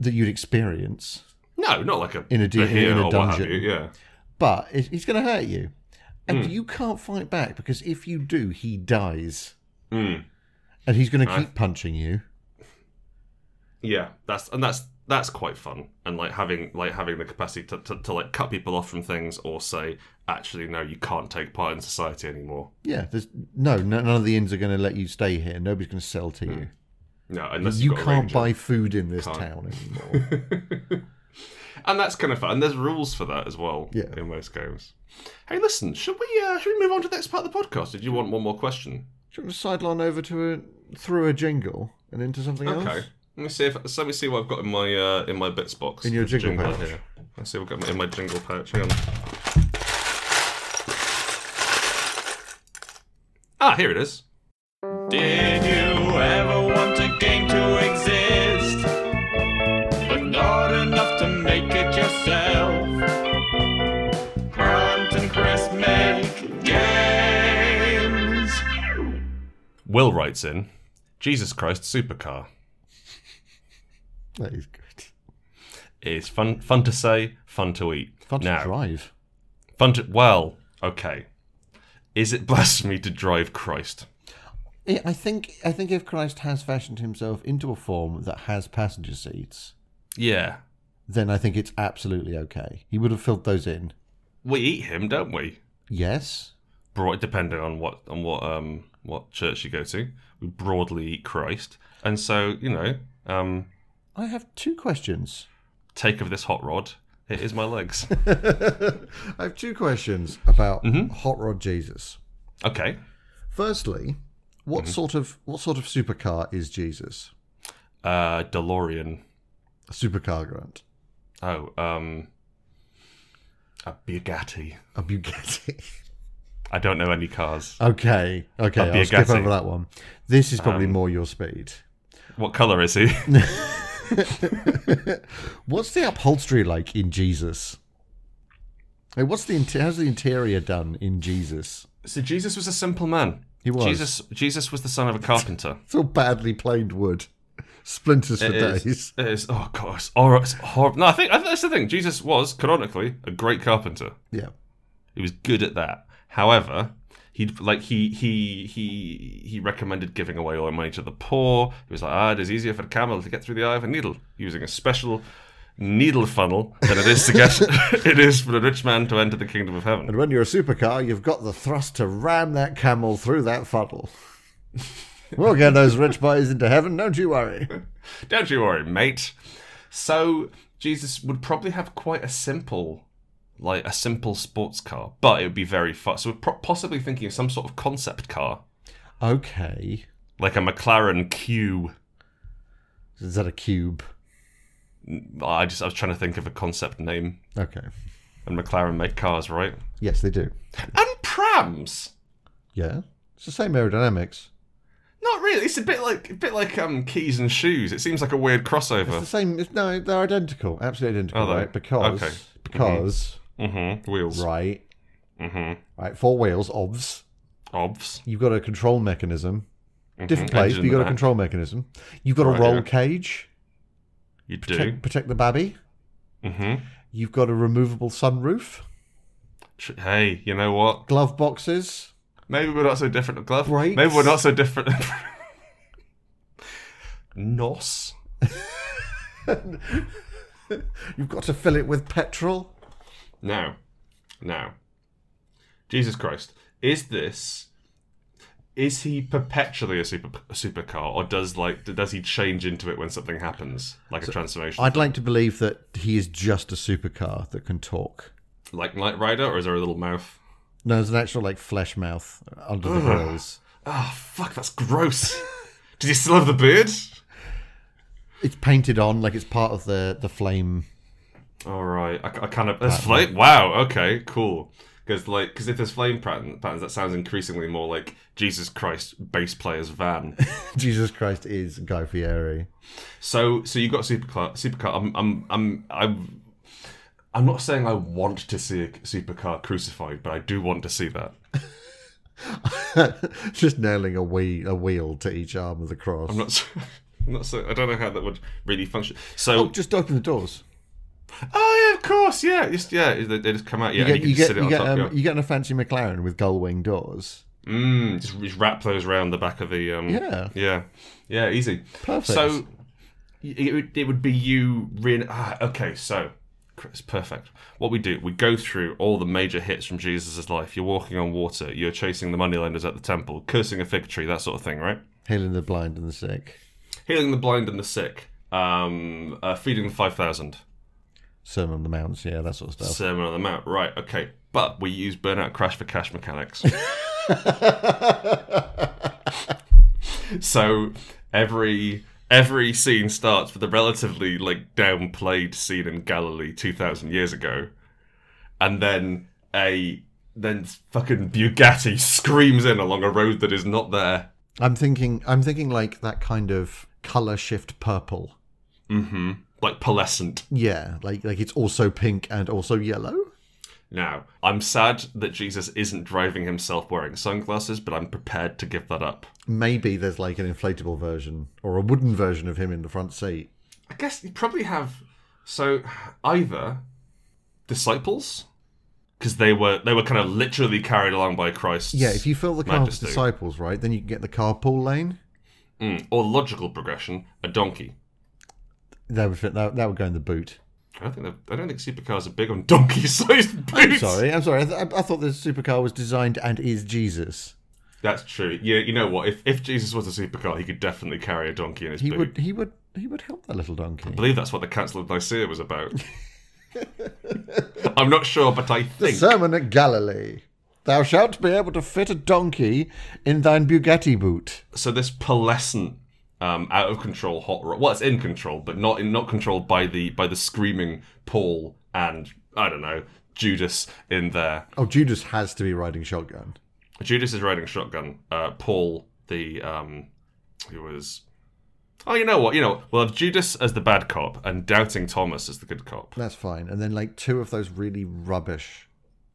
[SPEAKER 2] that you'd experience,
[SPEAKER 1] No, not like a
[SPEAKER 2] In a du-
[SPEAKER 1] Bahia
[SPEAKER 2] in a
[SPEAKER 1] or what have
[SPEAKER 2] dungeon.
[SPEAKER 1] you, Yeah, Hmm.
[SPEAKER 2] but it, he's gonna hurt you. And you can't fight back because if you do, he dies.
[SPEAKER 1] Mm.
[SPEAKER 2] And he's gonna
[SPEAKER 1] Right.
[SPEAKER 2] keep punching you.
[SPEAKER 1] yeah. That's and that's that's quite fun. And like having like having the capacity to, to, to like cut people off from things or say, actually, no, you can't take part in society anymore.
[SPEAKER 2] Yeah, there's no, no none of the inns are gonna let you stay here. Nobody's gonna sell to you.
[SPEAKER 1] No, Hmm. unless
[SPEAKER 2] You
[SPEAKER 1] you've got a
[SPEAKER 2] can't
[SPEAKER 1] ranger.
[SPEAKER 2] buy food in this
[SPEAKER 1] Can't.
[SPEAKER 2] town anymore.
[SPEAKER 1] And that's kind of fun. And there's rules for that as well.
[SPEAKER 2] Yeah.
[SPEAKER 1] in most games. Hey, listen, should we uh, should we move on to the next part of the podcast? Did you want one more question?
[SPEAKER 2] Do you want to sideline over to a through a jingle and into something
[SPEAKER 1] Okay.
[SPEAKER 2] else?
[SPEAKER 1] Let me see if let me see what I've got in my uh, in my bits box.
[SPEAKER 2] In your jingle
[SPEAKER 1] Jingler
[SPEAKER 2] pouch.
[SPEAKER 1] Let's see what I've got in my jingle pouch. Hang on. Ah, here it is.
[SPEAKER 3] Did you ever want a game to exist? But not enough to make it yourself. Grant and Chris make games.
[SPEAKER 1] Will writes in Jesus Christ Supercar.
[SPEAKER 2] That is good.
[SPEAKER 1] It's fun fun to say, fun to eat.
[SPEAKER 2] Fun
[SPEAKER 1] now,
[SPEAKER 2] to drive.
[SPEAKER 1] Fun to well, okay. Is it blasphemy to drive Christ?
[SPEAKER 2] I I think I think if Christ has fashioned himself into a form that has passenger seats,
[SPEAKER 1] Yeah.
[SPEAKER 2] then I think it's absolutely okay. He would have filled those in.
[SPEAKER 1] We eat him, don't we?
[SPEAKER 2] Yes.
[SPEAKER 1] Broad depending on what on what um what church you go to. We broadly eat Christ. And so, you know, um
[SPEAKER 2] I have two questions.
[SPEAKER 1] take of this hot rod. It is my legs.
[SPEAKER 2] I have two questions about hot rod Jesus.
[SPEAKER 1] okay.
[SPEAKER 2] Firstly, what sort of what sort of supercar is Jesus?
[SPEAKER 1] Uh DeLorean.
[SPEAKER 2] A supercar grant.
[SPEAKER 1] Oh, um a Bugatti.
[SPEAKER 2] A Bugatti.
[SPEAKER 1] I don't know any cars.
[SPEAKER 2] okay. Okay.
[SPEAKER 1] A Um,
[SPEAKER 2] I'll skip
[SPEAKER 1] Bugatti.
[SPEAKER 2] over that one. This is probably more your speed.
[SPEAKER 1] What colour is he?
[SPEAKER 2] What's the upholstery like in Jesus? Like, what's the inter- how's the interior done in Jesus?
[SPEAKER 1] So Jesus was a simple man.
[SPEAKER 2] He was.
[SPEAKER 1] Jesus. Jesus was the son of a carpenter.
[SPEAKER 2] It's all badly planed wood, splinters for
[SPEAKER 1] It is-
[SPEAKER 2] days.
[SPEAKER 1] it is- Oh God. It's hor- it's hor- No, I think I think that's the thing. Jesus was canonically a great carpenter.
[SPEAKER 2] Yeah,
[SPEAKER 1] He was good at that. However, he like he he he he recommended giving away all money to the poor. He was like, ah, it is easier for a camel to get through the eye of a needle using a special needle funnel than it is to get it is for a rich man to enter the kingdom of heaven.
[SPEAKER 2] and when you're a supercar, you've got the thrust to ram that camel through that funnel. we'll get those rich boys into heaven. Don't you worry.
[SPEAKER 1] Don't you worry, mate. So Jesus would probably have quite a simple, like a simple sports car, but it would be very fast. So we're pro- possibly thinking of some sort of concept car,
[SPEAKER 2] Okay,
[SPEAKER 1] like a McLaren Q.
[SPEAKER 2] is that a cube?
[SPEAKER 1] I just I was trying to think of a concept name,
[SPEAKER 2] Okay.
[SPEAKER 1] and McLaren make cars, right?
[SPEAKER 2] Yes, they do.
[SPEAKER 1] And prams.
[SPEAKER 2] Yeah, it's the same aerodynamics.
[SPEAKER 1] Not really. It's a bit like a bit like um keys and shoes. It seems like a weird
[SPEAKER 2] It's the
[SPEAKER 1] crossover.
[SPEAKER 2] same. it's- No, they're identical. Absolutely identical,
[SPEAKER 1] Are they?
[SPEAKER 2] right? Because
[SPEAKER 1] Okay.
[SPEAKER 2] because.
[SPEAKER 1] Mm-hmm. Wheels.
[SPEAKER 2] Right.
[SPEAKER 1] Mm-hmm.
[SPEAKER 2] Right. Four wheels, obvs.
[SPEAKER 1] Obvs.
[SPEAKER 2] You've got a control mechanism. Different
[SPEAKER 1] Mhm,
[SPEAKER 2] place,
[SPEAKER 1] engine
[SPEAKER 2] but
[SPEAKER 1] in
[SPEAKER 2] you've
[SPEAKER 1] the
[SPEAKER 2] got a
[SPEAKER 1] back.
[SPEAKER 2] control mechanism. You've got
[SPEAKER 1] Right,
[SPEAKER 2] a roll
[SPEAKER 1] yeah.
[SPEAKER 2] cage.
[SPEAKER 1] You do.
[SPEAKER 2] Protect, protect the babby.
[SPEAKER 1] Mm-hmm.
[SPEAKER 2] You've got a removable sunroof.
[SPEAKER 1] Hey, you know what?
[SPEAKER 2] Glove boxes.
[SPEAKER 1] Maybe we're not so different at glove.
[SPEAKER 2] Brakes.
[SPEAKER 1] Maybe we're not so different. Nos.
[SPEAKER 2] You've got to fill it with petrol.
[SPEAKER 1] Now, now, Jesus Christ, is this? Is he perpetually a super a supercar, or does like does he change into it when something happens, like a transformation,
[SPEAKER 2] I'd like to believe that he is just a supercar that can talk.
[SPEAKER 1] like Knight Rider, or is there a little mouth?
[SPEAKER 2] No, there's an actual like flesh mouth under the grills.
[SPEAKER 1] Oh fuck, that's gross. Does he still have the beard?
[SPEAKER 2] It's painted on like it's part of the the flame.
[SPEAKER 1] All right, I, I kind of that's flame. Wow, okay, cool. Because like, because if there's flame pattern, patterns, that sounds increasingly more like Jesus Christ bass player's van.
[SPEAKER 2] Jesus Christ is Guy Fieri.
[SPEAKER 1] so, so you got supercar, supercar. I'm, I'm, I'm, I'm. I'm not saying I want to see a supercar crucified, but I do want to see that.
[SPEAKER 2] just nailing a, wheel a wheel to each arm of the cross.
[SPEAKER 1] I'm not, so, I'm not so. I don't know how that would really function. So,
[SPEAKER 2] Oh,
[SPEAKER 1] oh,
[SPEAKER 2] just open the doors.
[SPEAKER 1] yeah, of course, yeah, just yeah, they they just come out, yeah,
[SPEAKER 2] You get
[SPEAKER 1] and
[SPEAKER 2] you
[SPEAKER 1] you can just
[SPEAKER 2] get
[SPEAKER 1] sit it
[SPEAKER 2] you
[SPEAKER 1] on
[SPEAKER 2] get,
[SPEAKER 1] top.
[SPEAKER 2] um, you get in a fancy McLaren with gull wing doors.
[SPEAKER 1] yeah. Mm, just, just wrap those round the back of the um,
[SPEAKER 2] Yeah,
[SPEAKER 1] Yeah, yeah, easy.
[SPEAKER 2] Perfect.
[SPEAKER 1] So y- it would, it would be you. Re- ah, okay, so it's perfect. What we do, we go through all the major hits from Jesus' life. You're walking on water. You're chasing the moneylenders at the temple, cursing a fig tree, that sort of thing, right?
[SPEAKER 2] healing the blind and the sick.
[SPEAKER 1] Healing the blind and the sick. Um, uh, feeding the five thousand.
[SPEAKER 2] Sermon on the Mount, yeah, that sort of stuff.
[SPEAKER 1] Sermon on the Mount. Right. Okay. But we use burnout crash for cash mechanics. so every every scene starts with a relatively like downplayed scene in Galilee two thousand years ago, and then a then fucking Bugatti screams in along a road that is not there.
[SPEAKER 2] I'm thinking. I'm thinking like that kind of color shift purple.
[SPEAKER 1] hmm Like pearlescent.
[SPEAKER 2] Yeah, like like it's also pink and also yellow.
[SPEAKER 1] Now, I'm sad that Jesus isn't driving himself wearing sunglasses, but I'm prepared to give that up.
[SPEAKER 2] Maybe there's like an inflatable version or a wooden version of him in the front seat.
[SPEAKER 1] I guess you probably have so either disciples because they were they were kind of literally carried along by Christ.
[SPEAKER 2] Yeah, if you fill the car with
[SPEAKER 1] Majesty.
[SPEAKER 2] disciples, right, then you can get the carpool lane.
[SPEAKER 1] mm, or logical progression, a donkey.
[SPEAKER 2] That would fit. That, that would go in the boot.
[SPEAKER 1] I don't think that- I don't think supercars are big on donkey-sized boots.
[SPEAKER 2] Sorry, I'm sorry. I, th- I thought the supercar was designed and is Jesus.
[SPEAKER 1] That's true. Yeah, you know what? If if Jesus was a supercar, he could definitely carry a donkey in his
[SPEAKER 2] He
[SPEAKER 1] boot.
[SPEAKER 2] would. He would. He would help that little donkey.
[SPEAKER 1] I believe that's what the Council of Nicaea was about. I'm not sure, but I think
[SPEAKER 2] Sermon at Galilee. Thou shalt be able to fit a donkey in thine Bugatti boot.
[SPEAKER 1] so this pearlescent um, out of control hot rod well it's in control but not in, not controlled by the by the screaming paul and i don't know judas in there
[SPEAKER 2] Oh, Judas has to be riding shotgun.
[SPEAKER 1] judas is riding shotgun uh, paul the um who was oh you know what you know we'll have judas as the bad cop and doubting thomas as the good cop
[SPEAKER 2] That's fine. And then like two of those really rubbish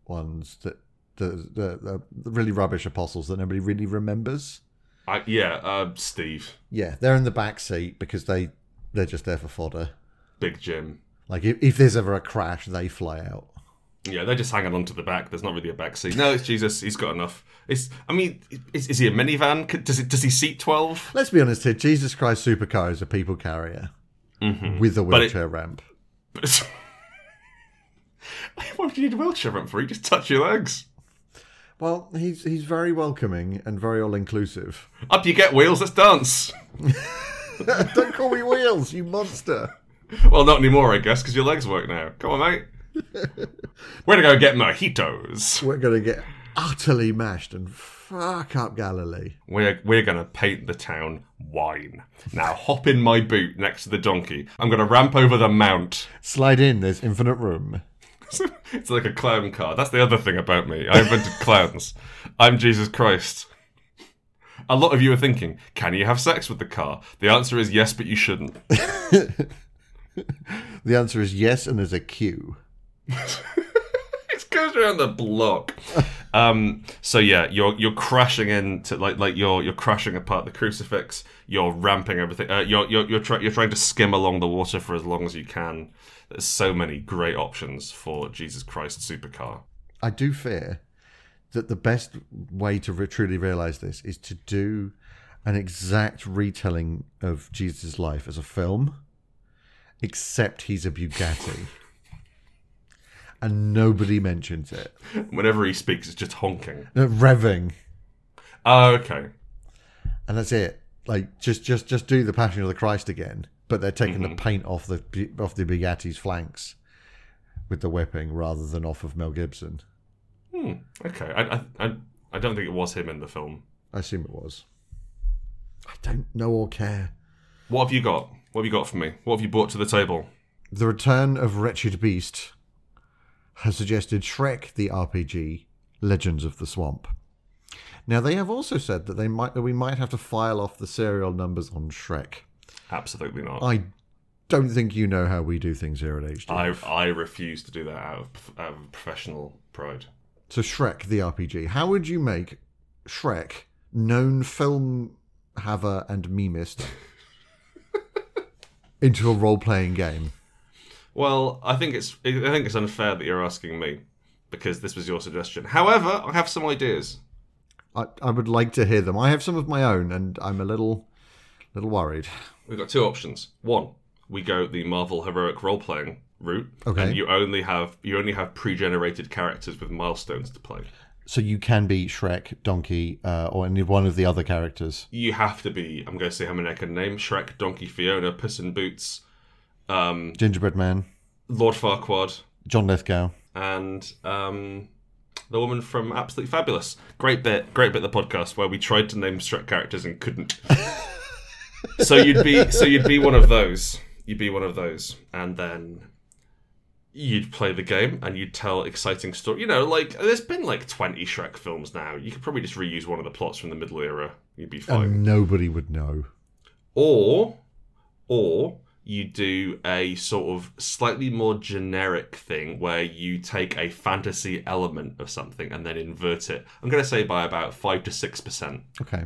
[SPEAKER 2] ones that the the, the really rubbish apostles that nobody really remembers.
[SPEAKER 1] I, yeah uh, steve
[SPEAKER 2] Yeah, they're in the back seat because they they're just there for fodder.
[SPEAKER 1] big jim
[SPEAKER 2] Like if, if there's ever a crash, they fly out.
[SPEAKER 1] Yeah, they're just hanging on to the back. There's not really a back seat. No, it's Jesus. He's got enough. It's. I mean, is, is he a minivan? Could- Does it? Does he seat twelve?
[SPEAKER 2] Let's be honest here. Jesus Christ supercar is a people carrier with a
[SPEAKER 1] Mm-hmm. But it-
[SPEAKER 2] wheelchair ramp.
[SPEAKER 1] what do you need a wheelchair ramp for? You just touch your legs.
[SPEAKER 2] Well, he's he's very welcoming and very all inclusive.
[SPEAKER 1] Up you get, wheels. Let's dance.
[SPEAKER 2] Don't call me wheels, you monster.
[SPEAKER 1] Well, not anymore, I guess, because your legs work now. Come on, mate. We're gonna go get mojitos.
[SPEAKER 2] We're gonna get utterly mashed and fuck up Galilee.
[SPEAKER 1] We're we're gonna paint the town wine. Now hop in my boot next to the donkey. I'm gonna ramp over the mount.
[SPEAKER 2] Slide in. There's infinite room.
[SPEAKER 1] it's like a clown car. That's the other thing about me. I invented clowns. I'm Jesus Christ. A lot of you are thinking, can you have sex with the car? The answer is yes, but you shouldn't.
[SPEAKER 2] The answer is yes, and there's a queue.
[SPEAKER 1] it goes around the block. Um, so yeah, you're you're crashing into like like you're you're crashing apart the crucifix. You're ramping everything. Uh, you're you're you're, try- you're trying to skim along the water for as long as you can. There's so many great options for Jesus Christ supercar.
[SPEAKER 2] I do fear that the best way to re- truly realize this is to do an exact retelling of Jesus' life as a film, except he's a Bugatti, and nobody mentions it.
[SPEAKER 1] Whenever he speaks, it's just honking.
[SPEAKER 2] No, revving.
[SPEAKER 1] Oh, okay.
[SPEAKER 2] and that's it. Like just just just do the Passion of the Christ again, but they're taking the paint off the off the Bugatti's flanks with the whipping rather than off of Mel Gibson.
[SPEAKER 1] Hmm. Okay. I, I I I don't think it was him in the film.
[SPEAKER 2] I assume it was. I don't know or care.
[SPEAKER 1] What have you got? What have you got for me? What have you brought to the table?
[SPEAKER 2] The return of Wretched Beast has suggested Shrek the RPG Legends of the Swamp. Now they have also said that they might that we might have to file off the serial numbers on Shrek.
[SPEAKER 1] Absolutely not.
[SPEAKER 2] I don't think you know how we do things here at HD.
[SPEAKER 1] I I refuse to do that out of, out of professional pride.
[SPEAKER 2] So Shrek the RPG. How would you make Shrek known film haver and memist into a role playing game?
[SPEAKER 1] Well, I think it's I think it's unfair that you're asking me because this was your suggestion. However, I have some ideas.
[SPEAKER 2] I, I would like to hear them. I have some of my own and I'm a little little worried.
[SPEAKER 1] We've got two options. One, we go the Marvel heroic role playing route,
[SPEAKER 2] Okay.
[SPEAKER 1] and you only have you only have pre generated characters with milestones to play.
[SPEAKER 2] So you can be Shrek, Donkey, uh, or any one of the other characters.
[SPEAKER 1] you have to be. I'm going to say how many I can name: Shrek, Donkey, Fiona, Puss in Boots, um,
[SPEAKER 2] Gingerbread Man,
[SPEAKER 1] Lord Farquaad,
[SPEAKER 2] John Lithgow.
[SPEAKER 1] and um, the woman from Absolutely Fabulous. Great bit, great bit of the podcast where we tried to name Shrek characters and couldn't. so you'd be, so you'd be one of those. You'd be one of those, and then you'd play the game and you'd tell exciting story. You know, like there's been like 20 Shrek films now. You could probably just reuse one of the plots from the middle era. You'd be fine.
[SPEAKER 2] and nobody would know.
[SPEAKER 1] or or you do a sort of slightly more generic thing where you take a fantasy element of something and then invert it. I'm going to say by about 5 to 6%.
[SPEAKER 2] Okay.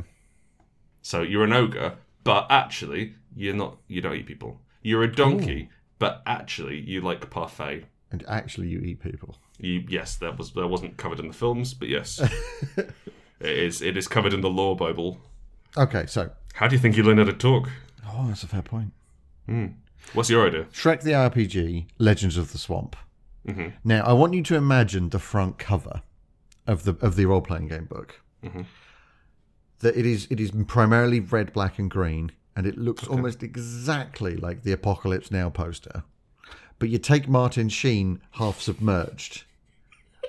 [SPEAKER 1] So you're an ogre, but actually you're not you don't eat people. You're a donkey, but actually you like parfait.
[SPEAKER 2] And actually, you eat people.
[SPEAKER 1] You, yes, that was that wasn't covered in the films, but yes, it is. It is covered in the law bible.
[SPEAKER 2] Okay, so.
[SPEAKER 1] How do you think you learn how to talk?
[SPEAKER 2] Oh, that's a fair point.
[SPEAKER 1] What's your idea?
[SPEAKER 2] Shrek the RPG, Legends of the Swamp. Now, I want you to imagine the front cover of the of the role playing game book. That it is it is primarily red, black, and green, and it looks almost exactly like the Apocalypse Now poster. But you take Martin Sheen half submerged,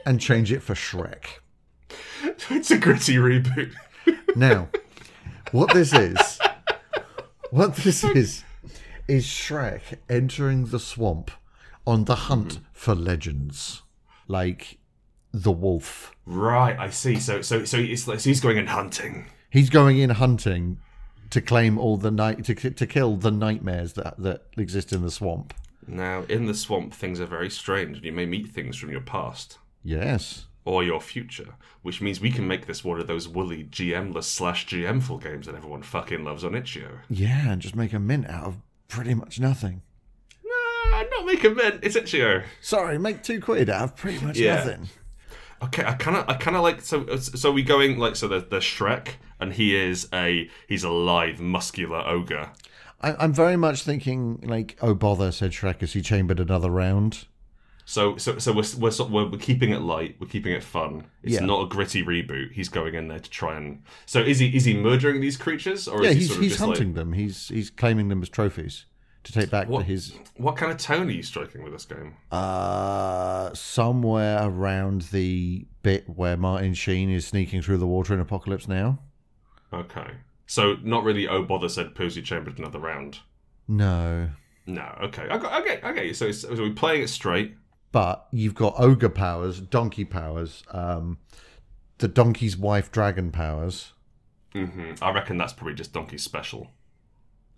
[SPEAKER 2] and change it for Shrek.
[SPEAKER 1] it's a gritty reboot.
[SPEAKER 2] Now, what this is, what this is, is Shrek entering the swamp on the hunt for legends, like the wolf.
[SPEAKER 1] Right, I see. So, so, so it's like so he's going and hunting.
[SPEAKER 2] He's going in hunting to claim all the night to, to kill the nightmares that that exist in the swamp.
[SPEAKER 1] Now, in the swamp, things are very strange, and you may meet things from your past
[SPEAKER 2] Yes.
[SPEAKER 1] or your future, which means we can make this one of those woolly GMless slash GMful games that everyone fucking loves on itch.io.
[SPEAKER 2] Yeah, and just make a mint out of pretty much nothing.
[SPEAKER 1] Nah, not make a mint. It's itch.io.
[SPEAKER 2] Sorry, make two quid out of pretty much
[SPEAKER 1] Yeah.
[SPEAKER 2] nothing.
[SPEAKER 1] Okay, I kind of, I kind of like. So, so we going like so. There's, there's Shrek, and he is a, he's a lithe, muscular ogre.
[SPEAKER 2] I, I'm very much thinking like, oh bother, said Shrek as he chambered another round.
[SPEAKER 1] So, so, so we're we're, sort- we're we're keeping it light. We're keeping it fun. It's
[SPEAKER 2] Yeah.
[SPEAKER 1] not a gritty reboot. He's going in there to try and. So, is he is he murdering these creatures, or
[SPEAKER 2] Yeah,
[SPEAKER 1] is he
[SPEAKER 2] he's,
[SPEAKER 1] sort of
[SPEAKER 2] he's
[SPEAKER 1] just
[SPEAKER 2] hunting
[SPEAKER 1] like
[SPEAKER 2] them. He's he's claiming them as trophies to take back to
[SPEAKER 1] What-
[SPEAKER 2] his
[SPEAKER 1] what kind of tone are you striking with this game?
[SPEAKER 2] uh somewhere around the bit where Martin Sheen is sneaking through the water in Apocalypse Now.
[SPEAKER 1] Okay, so not really. Oh bother, said Posey Chambered another round.
[SPEAKER 2] No,
[SPEAKER 1] No, okay, I got, I get, I get you. So, it's, so we're playing it straight.
[SPEAKER 2] but you've got ogre powers, donkey powers, um, the donkey's wife dragon powers.
[SPEAKER 1] hmm I reckon that's probably just Donkey's special.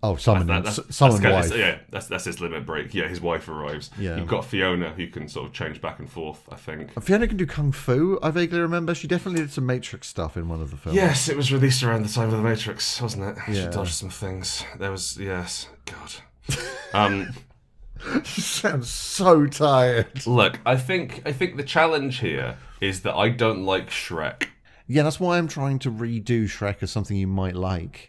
[SPEAKER 2] Oh, summon
[SPEAKER 1] That-
[SPEAKER 2] s-
[SPEAKER 1] that's,
[SPEAKER 2] summon
[SPEAKER 1] that's
[SPEAKER 2] wife.
[SPEAKER 1] kinda- yeah, that's that's his limit break. Yeah, his wife arrives.
[SPEAKER 2] Yeah.
[SPEAKER 1] You've got Fiona who can sort of change back and forth, I think.
[SPEAKER 2] Fiona can do kung fu. I vaguely remember she definitely did some Matrix stuff in one of the films.
[SPEAKER 1] Yes, it was released around the time of the Matrix, wasn't it?
[SPEAKER 2] Yeah.
[SPEAKER 1] She dodged some things. There was yes, God. Um,
[SPEAKER 2] she sounds so tired.
[SPEAKER 1] look, I think I think the challenge here is that I don't like Shrek.
[SPEAKER 2] Yeah, that's why I'm trying to redo Shrek as something you might like.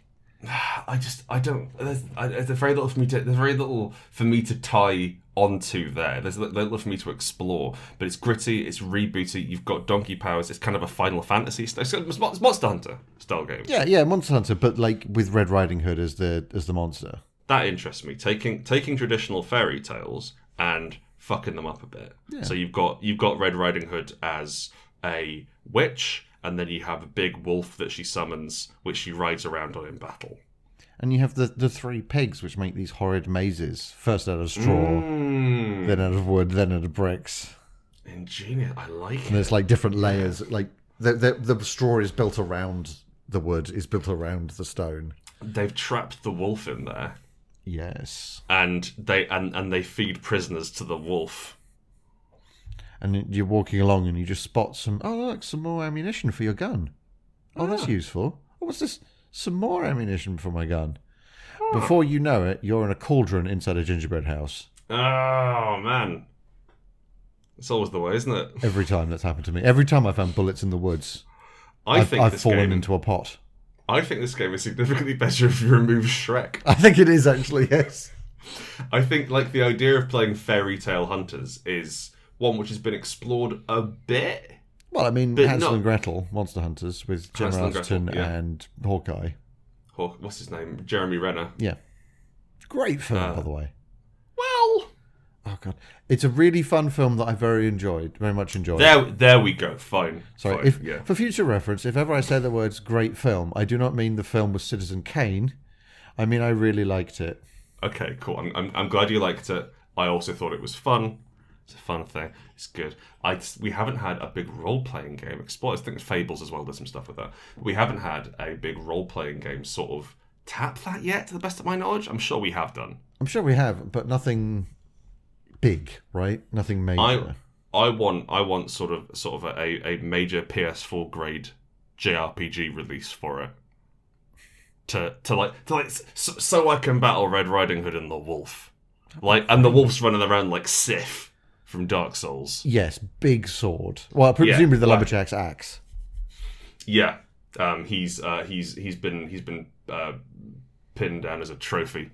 [SPEAKER 1] I just I don't. There's, I, there's very little for me to. There's very little for me to tie onto there. There's li- little for me to explore. But it's gritty. It's rebooty. You've got donkey powers. It's kind of a Final Fantasy. St- it's, it's Mon- it's Monster Hunter style game.
[SPEAKER 2] Yeah, yeah, Monster Hunter, but like with Red Riding Hood as the as the monster.
[SPEAKER 1] That interests me. Taking taking traditional fairy tales and fucking them up a bit. So you've got you've got Red Riding Hood as a witch, and then you have a big wolf that she summons, which she rides around on in battle.
[SPEAKER 2] And you have the, the three pigs which make these horrid mazes. First out of straw,
[SPEAKER 1] Hmm.
[SPEAKER 2] then out of wood, then out of bricks.
[SPEAKER 1] Ingenious. I like
[SPEAKER 2] And
[SPEAKER 1] it.
[SPEAKER 2] it's like different layers. Like the, the the straw is built around the wood, is built around the stone.
[SPEAKER 1] they've trapped the wolf in there
[SPEAKER 2] Yes.
[SPEAKER 1] and they and, and they feed prisoners to the wolf
[SPEAKER 2] And you're walking along and you just spot some oh look, some more ammunition for your gun. Oh,
[SPEAKER 1] Ah.
[SPEAKER 2] that's useful. Oh, what's this? Some more ammunition for my gun.
[SPEAKER 1] Ah.
[SPEAKER 2] Before you know it, you're in a cauldron inside a gingerbread house.
[SPEAKER 1] oh man it's always the way isn't it
[SPEAKER 2] Every time that's happened to me. Every time I found bullets in the woods,
[SPEAKER 1] i
[SPEAKER 2] I've,
[SPEAKER 1] think
[SPEAKER 2] I've
[SPEAKER 1] this
[SPEAKER 2] fallen
[SPEAKER 1] game
[SPEAKER 2] into a pot.
[SPEAKER 1] i think this game is significantly better if you remove shrek
[SPEAKER 2] I think it is actually yes.
[SPEAKER 1] i think like the idea of playing fairy tale hunters is one which has been explored a bit
[SPEAKER 2] Well, I mean,
[SPEAKER 1] But
[SPEAKER 2] Hansel
[SPEAKER 1] not-
[SPEAKER 2] and Gretel, Monster Hunters with Jim
[SPEAKER 1] Hansel and
[SPEAKER 2] Arterton
[SPEAKER 1] Gretel, yeah.
[SPEAKER 2] and Hawkeye.
[SPEAKER 1] Hawk, Oh, what's his name jeremy renner
[SPEAKER 2] Yeah, great film
[SPEAKER 1] Uh,
[SPEAKER 2] by the way.
[SPEAKER 1] well
[SPEAKER 2] Oh god, it's a really fun film that I very enjoyed, very much enjoyed.
[SPEAKER 1] there there we go fine
[SPEAKER 2] Sorry,
[SPEAKER 1] fine,
[SPEAKER 2] if,
[SPEAKER 1] yeah
[SPEAKER 2] for future reference, if ever I say the words "great film," I do not mean the film was Citizen Kane. I mean I really liked it.
[SPEAKER 1] Okay, cool. I'm, I'm, I'm glad you liked it. I also thought it was fun. It's a fun thing. It's good. I we haven't had a big role playing game. Explore. I think Fables as well does some stuff with that. We haven't had a big role playing game sort of tap that yet. To the best of my knowledge, I'm sure we have done.
[SPEAKER 2] I'm sure we have, but nothing big, right? Nothing major.
[SPEAKER 1] I I want I want sort of sort of a, a major PS4 grade JRPG release for it. To to like to like so, so I can battle Red Riding Hood and the wolf, like and the wolf's running around like Sif from Dark Souls.
[SPEAKER 2] Yes, big sword. Well, presumably the
[SPEAKER 1] like-
[SPEAKER 2] lumberjack's axe.
[SPEAKER 1] Yeah, um, he's uh, he's he's been he's been uh, pinned down as a trophy.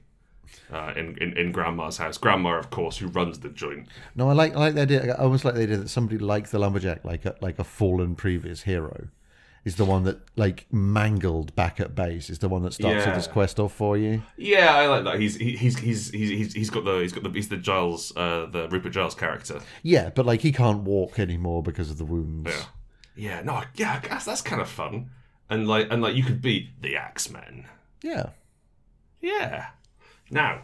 [SPEAKER 1] Uh, in, in in grandma's house, grandma of course, who runs the joint.
[SPEAKER 2] No, I like I like the idea. I almost like the idea that somebody like the lumberjack, like a, like a fallen previous hero, is the one that like mangled back at base. Is the one that starts
[SPEAKER 1] Yeah.
[SPEAKER 2] all this quest off for you.
[SPEAKER 1] Yeah, I like that. He's he, he's he's he's he's he's got the he's got the he's the Giles uh, the Rupert Giles character.
[SPEAKER 2] Yeah, but like he can't walk anymore because of the wounds.
[SPEAKER 1] Yeah. Yeah, no, yeah, that's, that's kind of fun. And like and like you could be the Axemen.
[SPEAKER 2] Yeah.
[SPEAKER 1] Yeah. Now,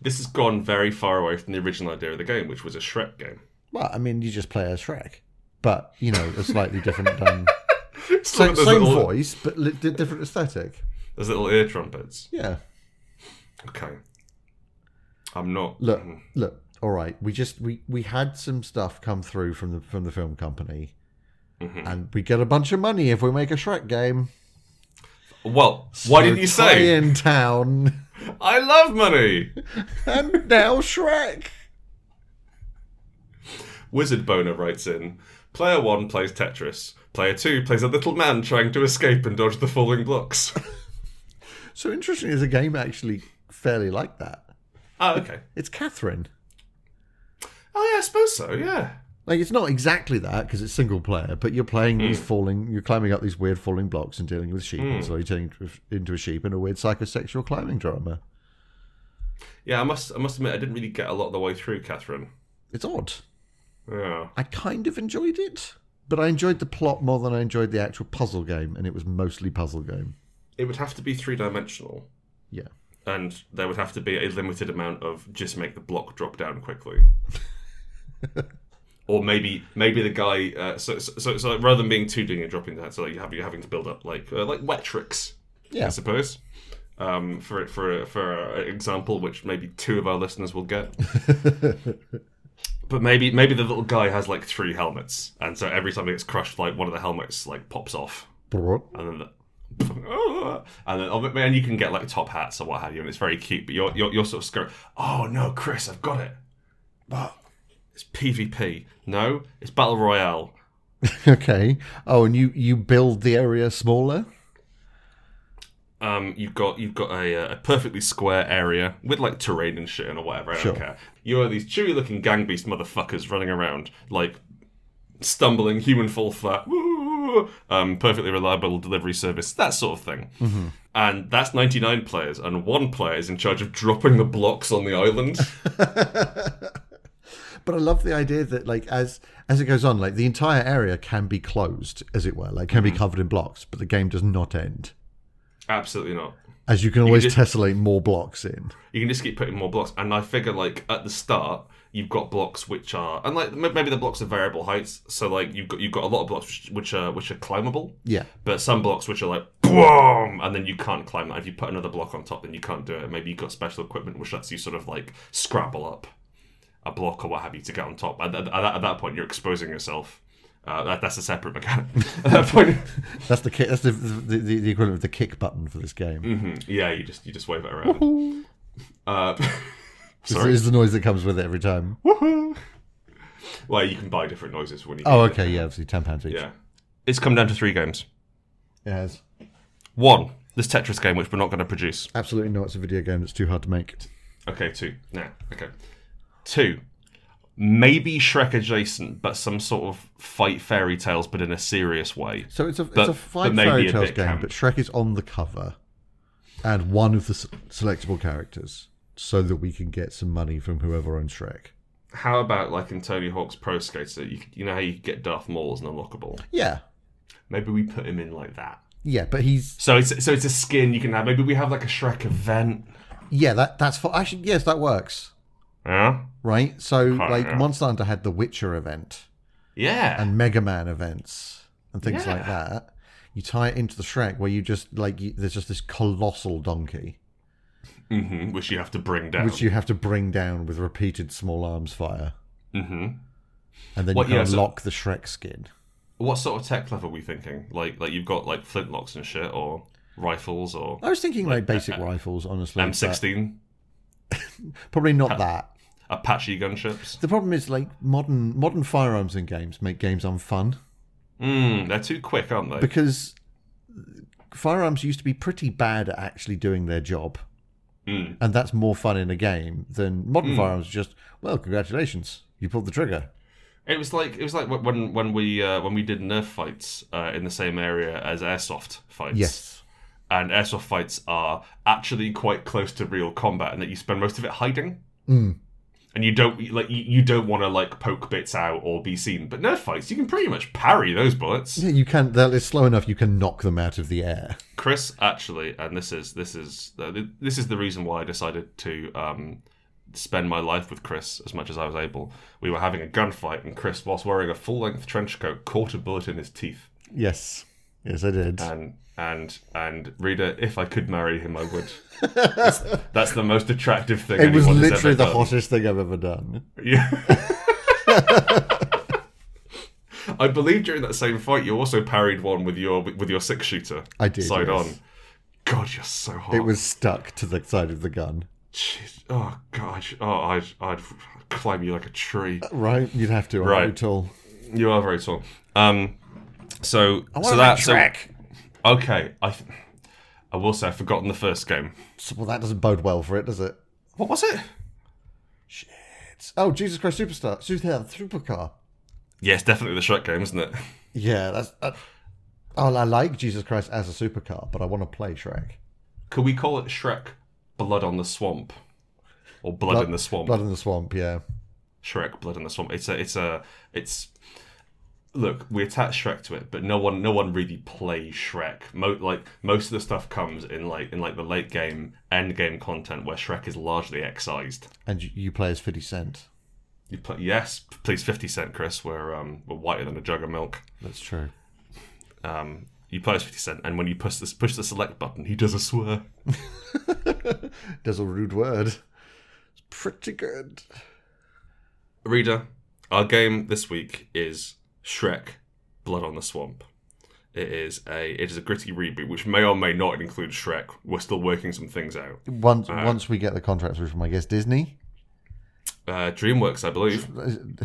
[SPEAKER 1] this has gone very far away from the original idea of the game, which was a Shrek game.
[SPEAKER 2] Well, I mean, you just play as Shrek, but you know, a slightly different. Um,
[SPEAKER 1] It's
[SPEAKER 2] same
[SPEAKER 1] like those
[SPEAKER 2] same
[SPEAKER 1] little-
[SPEAKER 2] voice, but li- di- different aesthetic.
[SPEAKER 1] Those little ear trumpets.
[SPEAKER 2] Yeah.
[SPEAKER 1] Okay. I'm not
[SPEAKER 2] Look, look. All right, we just we we had some stuff come through from the from the film company,
[SPEAKER 1] Mhm.
[SPEAKER 2] and we get a bunch of money if we make a Shrek game.
[SPEAKER 1] Well, why
[SPEAKER 2] So
[SPEAKER 1] didn't you
[SPEAKER 2] try
[SPEAKER 1] say
[SPEAKER 2] in town?
[SPEAKER 1] I love money?
[SPEAKER 2] And now Shrek.
[SPEAKER 1] Wizard Boner writes in Player 1 plays Tetris. Player 2 plays a little man trying to escape and dodge the falling blocks.
[SPEAKER 2] So interesting, is a game actually fairly like that.
[SPEAKER 1] oh, okay.
[SPEAKER 2] It's Catherine.
[SPEAKER 1] Oh, yeah, I suppose so, yeah.
[SPEAKER 2] Like it's not exactly that because it's single player, but you're playing these falling, you're climbing up these weird falling blocks and dealing with sheep, and slowly turning into- into a sheep in a weird psychosexual climbing drama.
[SPEAKER 1] Yeah, I must I must admit I didn't really get a lot of the way through Catherine.
[SPEAKER 2] It's odd.
[SPEAKER 1] Yeah.
[SPEAKER 2] I kind of enjoyed it, but I enjoyed the plot more than I enjoyed the actual puzzle game, and it was mostly puzzle game.
[SPEAKER 1] It would have to be three dimensional.
[SPEAKER 2] Yeah.
[SPEAKER 1] And there would have to be a limited amount of just make the block drop down quickly. or maybe maybe the guy uh, so, so so so rather than being two doing and dropping down, so like you have you're having to build up like uh, like wet tricks, I
[SPEAKER 2] Yeah.
[SPEAKER 1] suppose. Um, for for for an example, which maybe two of our listeners will get. But maybe maybe the little guy has like three helmets, and so every time he gets crushed, like one of the helmets like pops off. and then the, and then oh, and you can get like top hats or what have you, and it's very cute. But you're you're, you're sort of scared. Oh no, Chris, I've got it. But it's PvP. No, it's battle royale.
[SPEAKER 2] okay. Oh, and you you build the area smaller.
[SPEAKER 1] Um, you've got you've got a, uh, a perfectly square area with like terrain and shit and or whatever. I
[SPEAKER 2] Sure.
[SPEAKER 1] don't care. You are these chewy looking gang beast motherfuckers running around like stumbling human fall flat. woo, Um, perfectly reliable delivery service, that sort of thing. And that's 99 players, and one player is in charge of dropping the blocks on the island.
[SPEAKER 2] But I love the idea that like as as it goes on, like the entire area can be closed, as it were, like can be covered in blocks, but the game does not end.
[SPEAKER 1] Absolutely not.
[SPEAKER 2] As you can always
[SPEAKER 1] just-
[SPEAKER 2] tessellate more blocks in.
[SPEAKER 1] you can just keep putting more blocks. And I figure like at the start, you've got blocks which are and like m- maybe the blocks are variable heights. So like you've got you've got a lot of blocks which, which are which are climbable.
[SPEAKER 2] Yeah.
[SPEAKER 1] But some blocks which are like boom, and then you can't climb that. If you put another block on top, then you can't do it. Maybe you've got special equipment which lets you sort of like scrabble up a block or what have you to get on top. At, at, at that, at that point, you're exposing yourself. Uh, that, that's a separate mechanic. at that point,
[SPEAKER 2] That's the kick, that's the, the, the the equivalent of the kick button for this game.
[SPEAKER 1] Mhm. yeah, you just you just wave it around. Uh,
[SPEAKER 2] This
[SPEAKER 1] sorry.
[SPEAKER 2] is the noise that comes with it every time.
[SPEAKER 1] Well, you can buy different noises when you.
[SPEAKER 2] Oh,
[SPEAKER 1] get it.
[SPEAKER 2] okay, yeah, obviously ten pounds each.
[SPEAKER 1] Yeah, it's come down to three games.
[SPEAKER 2] Yes.
[SPEAKER 1] One, this Tetris game, which we're not going to produce.
[SPEAKER 2] Absolutely not. It's a video game that's too hard to make.
[SPEAKER 1] Okay, two. Nah, okay. Two, maybe Shrek adjacent, but some sort of fight fairy tales, but in a serious way.
[SPEAKER 2] So it's a
[SPEAKER 1] But-
[SPEAKER 2] it's a fight
[SPEAKER 1] but maybe
[SPEAKER 2] fairy
[SPEAKER 1] a
[SPEAKER 2] tales
[SPEAKER 1] bit
[SPEAKER 2] game,
[SPEAKER 1] camp.
[SPEAKER 2] but Shrek is on the cover, and one of the s- selectable characters, so that we can get some money from whoever owns Shrek.
[SPEAKER 1] How about like in Tony Hawk's Pro Skater? You, you know how you get Darth Maul as an unlockable.
[SPEAKER 2] Yeah,
[SPEAKER 1] Maybe we put him in like that.
[SPEAKER 2] yeah, but he's
[SPEAKER 1] So it's so it's a skin you can have. Maybe we have like a Shrek event.
[SPEAKER 2] yeah that that's for actually yes that works.
[SPEAKER 1] Yeah.
[SPEAKER 2] right? So
[SPEAKER 1] Huh,
[SPEAKER 2] like
[SPEAKER 1] yeah.
[SPEAKER 2] Monster Hunter had the Witcher event
[SPEAKER 1] Yeah.
[SPEAKER 2] and Mega Man events and things like
[SPEAKER 1] Yeah.
[SPEAKER 2] that. You tie it into the Shrek where you just like you, there's just this colossal donkey
[SPEAKER 1] hmm Which you have to bring down.
[SPEAKER 2] which you have to bring down with repeated small arms fire,
[SPEAKER 1] hmm
[SPEAKER 2] and then
[SPEAKER 1] What-
[SPEAKER 2] you can
[SPEAKER 1] yeah, so-
[SPEAKER 2] unlock the Shrek skin.
[SPEAKER 1] What sort of tech level are we thinking? Like, like you've got like flintlocks and shit, or rifles, or
[SPEAKER 2] I was thinking like
[SPEAKER 1] Uh,
[SPEAKER 2] basic rifles, honestly. but
[SPEAKER 1] M16
[SPEAKER 2] Probably not that.
[SPEAKER 1] Apache gunships.
[SPEAKER 2] The problem is like modern modern firearms in games make games unfun
[SPEAKER 1] Mm, they're too quick, aren't they?
[SPEAKER 2] because firearms used to be pretty bad at actually doing their job.
[SPEAKER 1] Mm.
[SPEAKER 2] and that's more fun in a game than modern
[SPEAKER 1] Hmm.
[SPEAKER 2] firearms. Just well, congratulations, you pulled the trigger.
[SPEAKER 1] It was like it was like when when we uh, when we did nerf fights uh, in the same area as airsoft fights. and airsoft fights are actually quite close to real combat, and that you spend most of it hiding.
[SPEAKER 2] Mm.
[SPEAKER 1] And you don't like you, you don't want to like poke bits out or be seen. But nerf fights, you can pretty much parry those bullets.
[SPEAKER 2] yeah, you can. That is slow enough. You can knock them out of the air.
[SPEAKER 1] Chris actually, and this is this is uh, this is the reason why I decided to um, spend my life with Chris as much as I was able. We were having a gunfight, and Chris, whilst wearing a full-length trench coat, caught a bullet in his teeth.
[SPEAKER 2] Yes, yes, I did.
[SPEAKER 1] And and and reader, if I could marry him, I would. That's, that's the most attractive thing.
[SPEAKER 2] it was
[SPEAKER 1] anyone has
[SPEAKER 2] literally
[SPEAKER 1] ever
[SPEAKER 2] the
[SPEAKER 1] done.
[SPEAKER 2] hottest thing I've ever done.
[SPEAKER 1] Yeah. I believe during that same fight, you also parried one with your with your six shooter.
[SPEAKER 2] I did,
[SPEAKER 1] side
[SPEAKER 2] yes.
[SPEAKER 1] on. God, you're so hot.
[SPEAKER 2] It was stuck to the side of the gun.
[SPEAKER 1] Jeez. Oh gosh. Oh, I'd, I'd climb you like a tree.
[SPEAKER 2] Right, you'd have to.
[SPEAKER 1] Right.
[SPEAKER 2] Right, tall.
[SPEAKER 1] You are very tall. Um. So
[SPEAKER 2] wanna
[SPEAKER 1] so that
[SPEAKER 2] play
[SPEAKER 1] so-
[SPEAKER 2] Shrek.
[SPEAKER 1] okay. I th- I will say I've forgotten the first game.
[SPEAKER 2] So, well, that doesn't bode well for it, does it?
[SPEAKER 1] What was it?
[SPEAKER 2] It's- oh, Jesus Christ, superstar, superstar, supercar.
[SPEAKER 1] Yes, definitely the Shrek game, isn't it?
[SPEAKER 2] Yeah, that's. Uh, oh, I like Jesus Christ as a supercar, but I want to play Shrek.
[SPEAKER 1] Could we call it Shrek Blood on the Swamp or Blood, in the Swamp?
[SPEAKER 2] Blood in the Swamp. Yeah.
[SPEAKER 1] Shrek Blood in the Swamp. It's a it's a it's look we attach Shrek to it, but no one no one really plays Shrek. Mo- like most of the stuff comes in like in like the late game end game content where Shrek is largely excised.
[SPEAKER 2] and you, you play as 50 Cent.
[SPEAKER 1] You put yes, please fifty cent, Chris. We're um we're whiter than a jug of milk.
[SPEAKER 2] That's true.
[SPEAKER 1] Um, you play as fifty cent, and when you push this push the select button, he does a swear.
[SPEAKER 2] There's a rude word. It's pretty good.
[SPEAKER 1] Reader, our game this week is Shrek Blood on the Swamp. It is a it is a gritty reboot which may or may not include Shrek. We're still working some things out.
[SPEAKER 2] Once once we get the contract through from, I guess, Disney,
[SPEAKER 1] Uh, DreamWorks, I believe.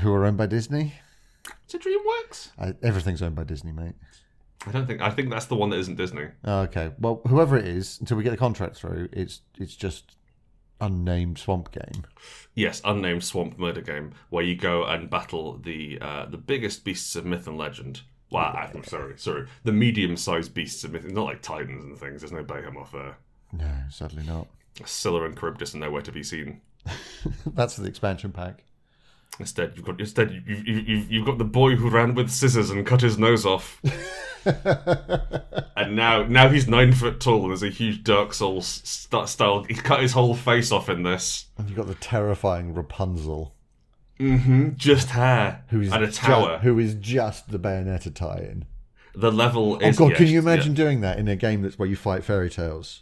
[SPEAKER 2] who are owned by Disney.
[SPEAKER 1] Is it DreamWorks?
[SPEAKER 2] I, everything's owned by Disney, mate.
[SPEAKER 1] I don't think I think that's the one that isn't Disney.
[SPEAKER 2] Oh, okay. Well, whoever it is, until we get the contract through, it's it's just unnamed swamp game.
[SPEAKER 1] Yes, unnamed swamp murder game where you go and battle the uh, the biggest beasts of myth and legend. Well, I- I'm sorry, sorry. The medium-sized beasts of myth, not like titans and things. There's no behemoth there.
[SPEAKER 2] No, sadly not.
[SPEAKER 1] Scylla and Charybdis are nowhere to be seen.
[SPEAKER 2] That's the expansion pack.
[SPEAKER 1] Instead, you've got instead you- you- you- you've, you've got the boy who ran with scissors and cut his nose off, and now now he's nine foot tall and is a huge Dark Souls st- style. He cut his whole face off in this.
[SPEAKER 2] And you've got the terrifying Rapunzel,
[SPEAKER 1] Mm-hmm. Just hair
[SPEAKER 2] who is
[SPEAKER 1] and a
[SPEAKER 2] ju-
[SPEAKER 1] tower.
[SPEAKER 2] who is just the Bayonetta tie-in.
[SPEAKER 1] The level
[SPEAKER 2] Oh
[SPEAKER 1] is.
[SPEAKER 2] God,
[SPEAKER 1] yeah,
[SPEAKER 2] can you
[SPEAKER 1] yeah.
[SPEAKER 2] imagine doing that in a game that's where you fight fairy tales?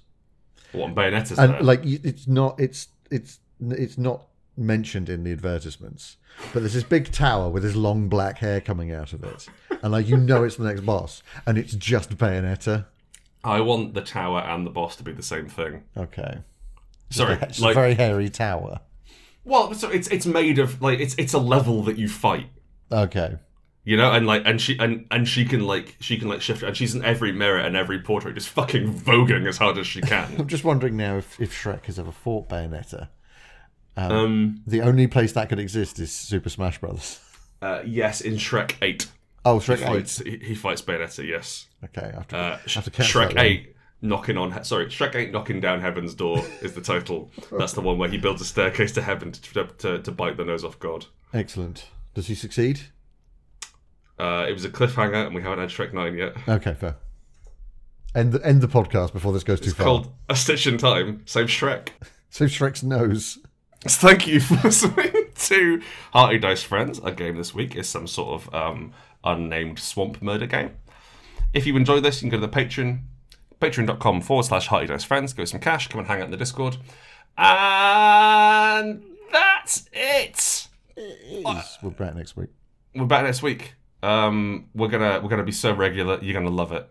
[SPEAKER 1] What Bayonetta's
[SPEAKER 2] and
[SPEAKER 1] there?
[SPEAKER 2] like you- it's not it's it's it's not mentioned in the advertisements but there's this big tower with this long black hair coming out of it and like you know it's the next boss and it's just bayonetta
[SPEAKER 1] I want the tower and the boss to be the same thing.
[SPEAKER 2] okay
[SPEAKER 1] Sorry,
[SPEAKER 2] it's
[SPEAKER 1] like
[SPEAKER 2] a very hairy tower
[SPEAKER 1] well, so it's it's made of like it's it's a level that you fight.
[SPEAKER 2] okay
[SPEAKER 1] You know, and like, and she, and and she can like, she can like shift, and she's in every mirror and every portrait, just fucking voguing as hard as she can.
[SPEAKER 2] i'm just wondering now if, if shrek has ever fought bayonetta
[SPEAKER 1] um,
[SPEAKER 2] the only place that could exist is super smash brothers
[SPEAKER 1] uh, yes, in Shrek Eight,
[SPEAKER 2] oh shrek 8
[SPEAKER 1] fights, he, he fights Bayonetta. Yes,
[SPEAKER 2] okay I have to,
[SPEAKER 1] uh,
[SPEAKER 2] I have to catch
[SPEAKER 1] Shrek
[SPEAKER 2] that one.
[SPEAKER 1] Eight knocking on, he- sorry, Shrek Eight knocking down Heaven's door is the title. That's the one where he builds a staircase to heaven to to, to bite the nose off God.
[SPEAKER 2] excellent does he succeed
[SPEAKER 1] Uh, it was a cliffhanger, and we haven't had Shrek Nine yet.
[SPEAKER 2] okay fair end the, end the podcast before this goes too
[SPEAKER 1] It's
[SPEAKER 2] far
[SPEAKER 1] called A Stitch in Time. Same Shrek.
[SPEAKER 2] So Shrek's nose.
[SPEAKER 1] So thank you for listening to Hearty Dice Friends. Our game this week is some sort of um, unnamed swamp murder game. If you enjoy this, you can go to the Patreon, patreon.com forward slash Hearty Dice Friends. Give us some cash, come and hang out in the Discord. And that's it.
[SPEAKER 2] We'll be back next week.
[SPEAKER 1] We're back next week. Um, we're gonna we're gonna be so regular. You're gonna love it.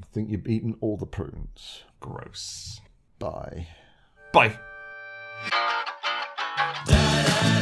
[SPEAKER 2] I think you've eaten all the prunes.
[SPEAKER 1] Gross.
[SPEAKER 2] Bye.
[SPEAKER 1] Bye.
[SPEAKER 3] Da, da, da.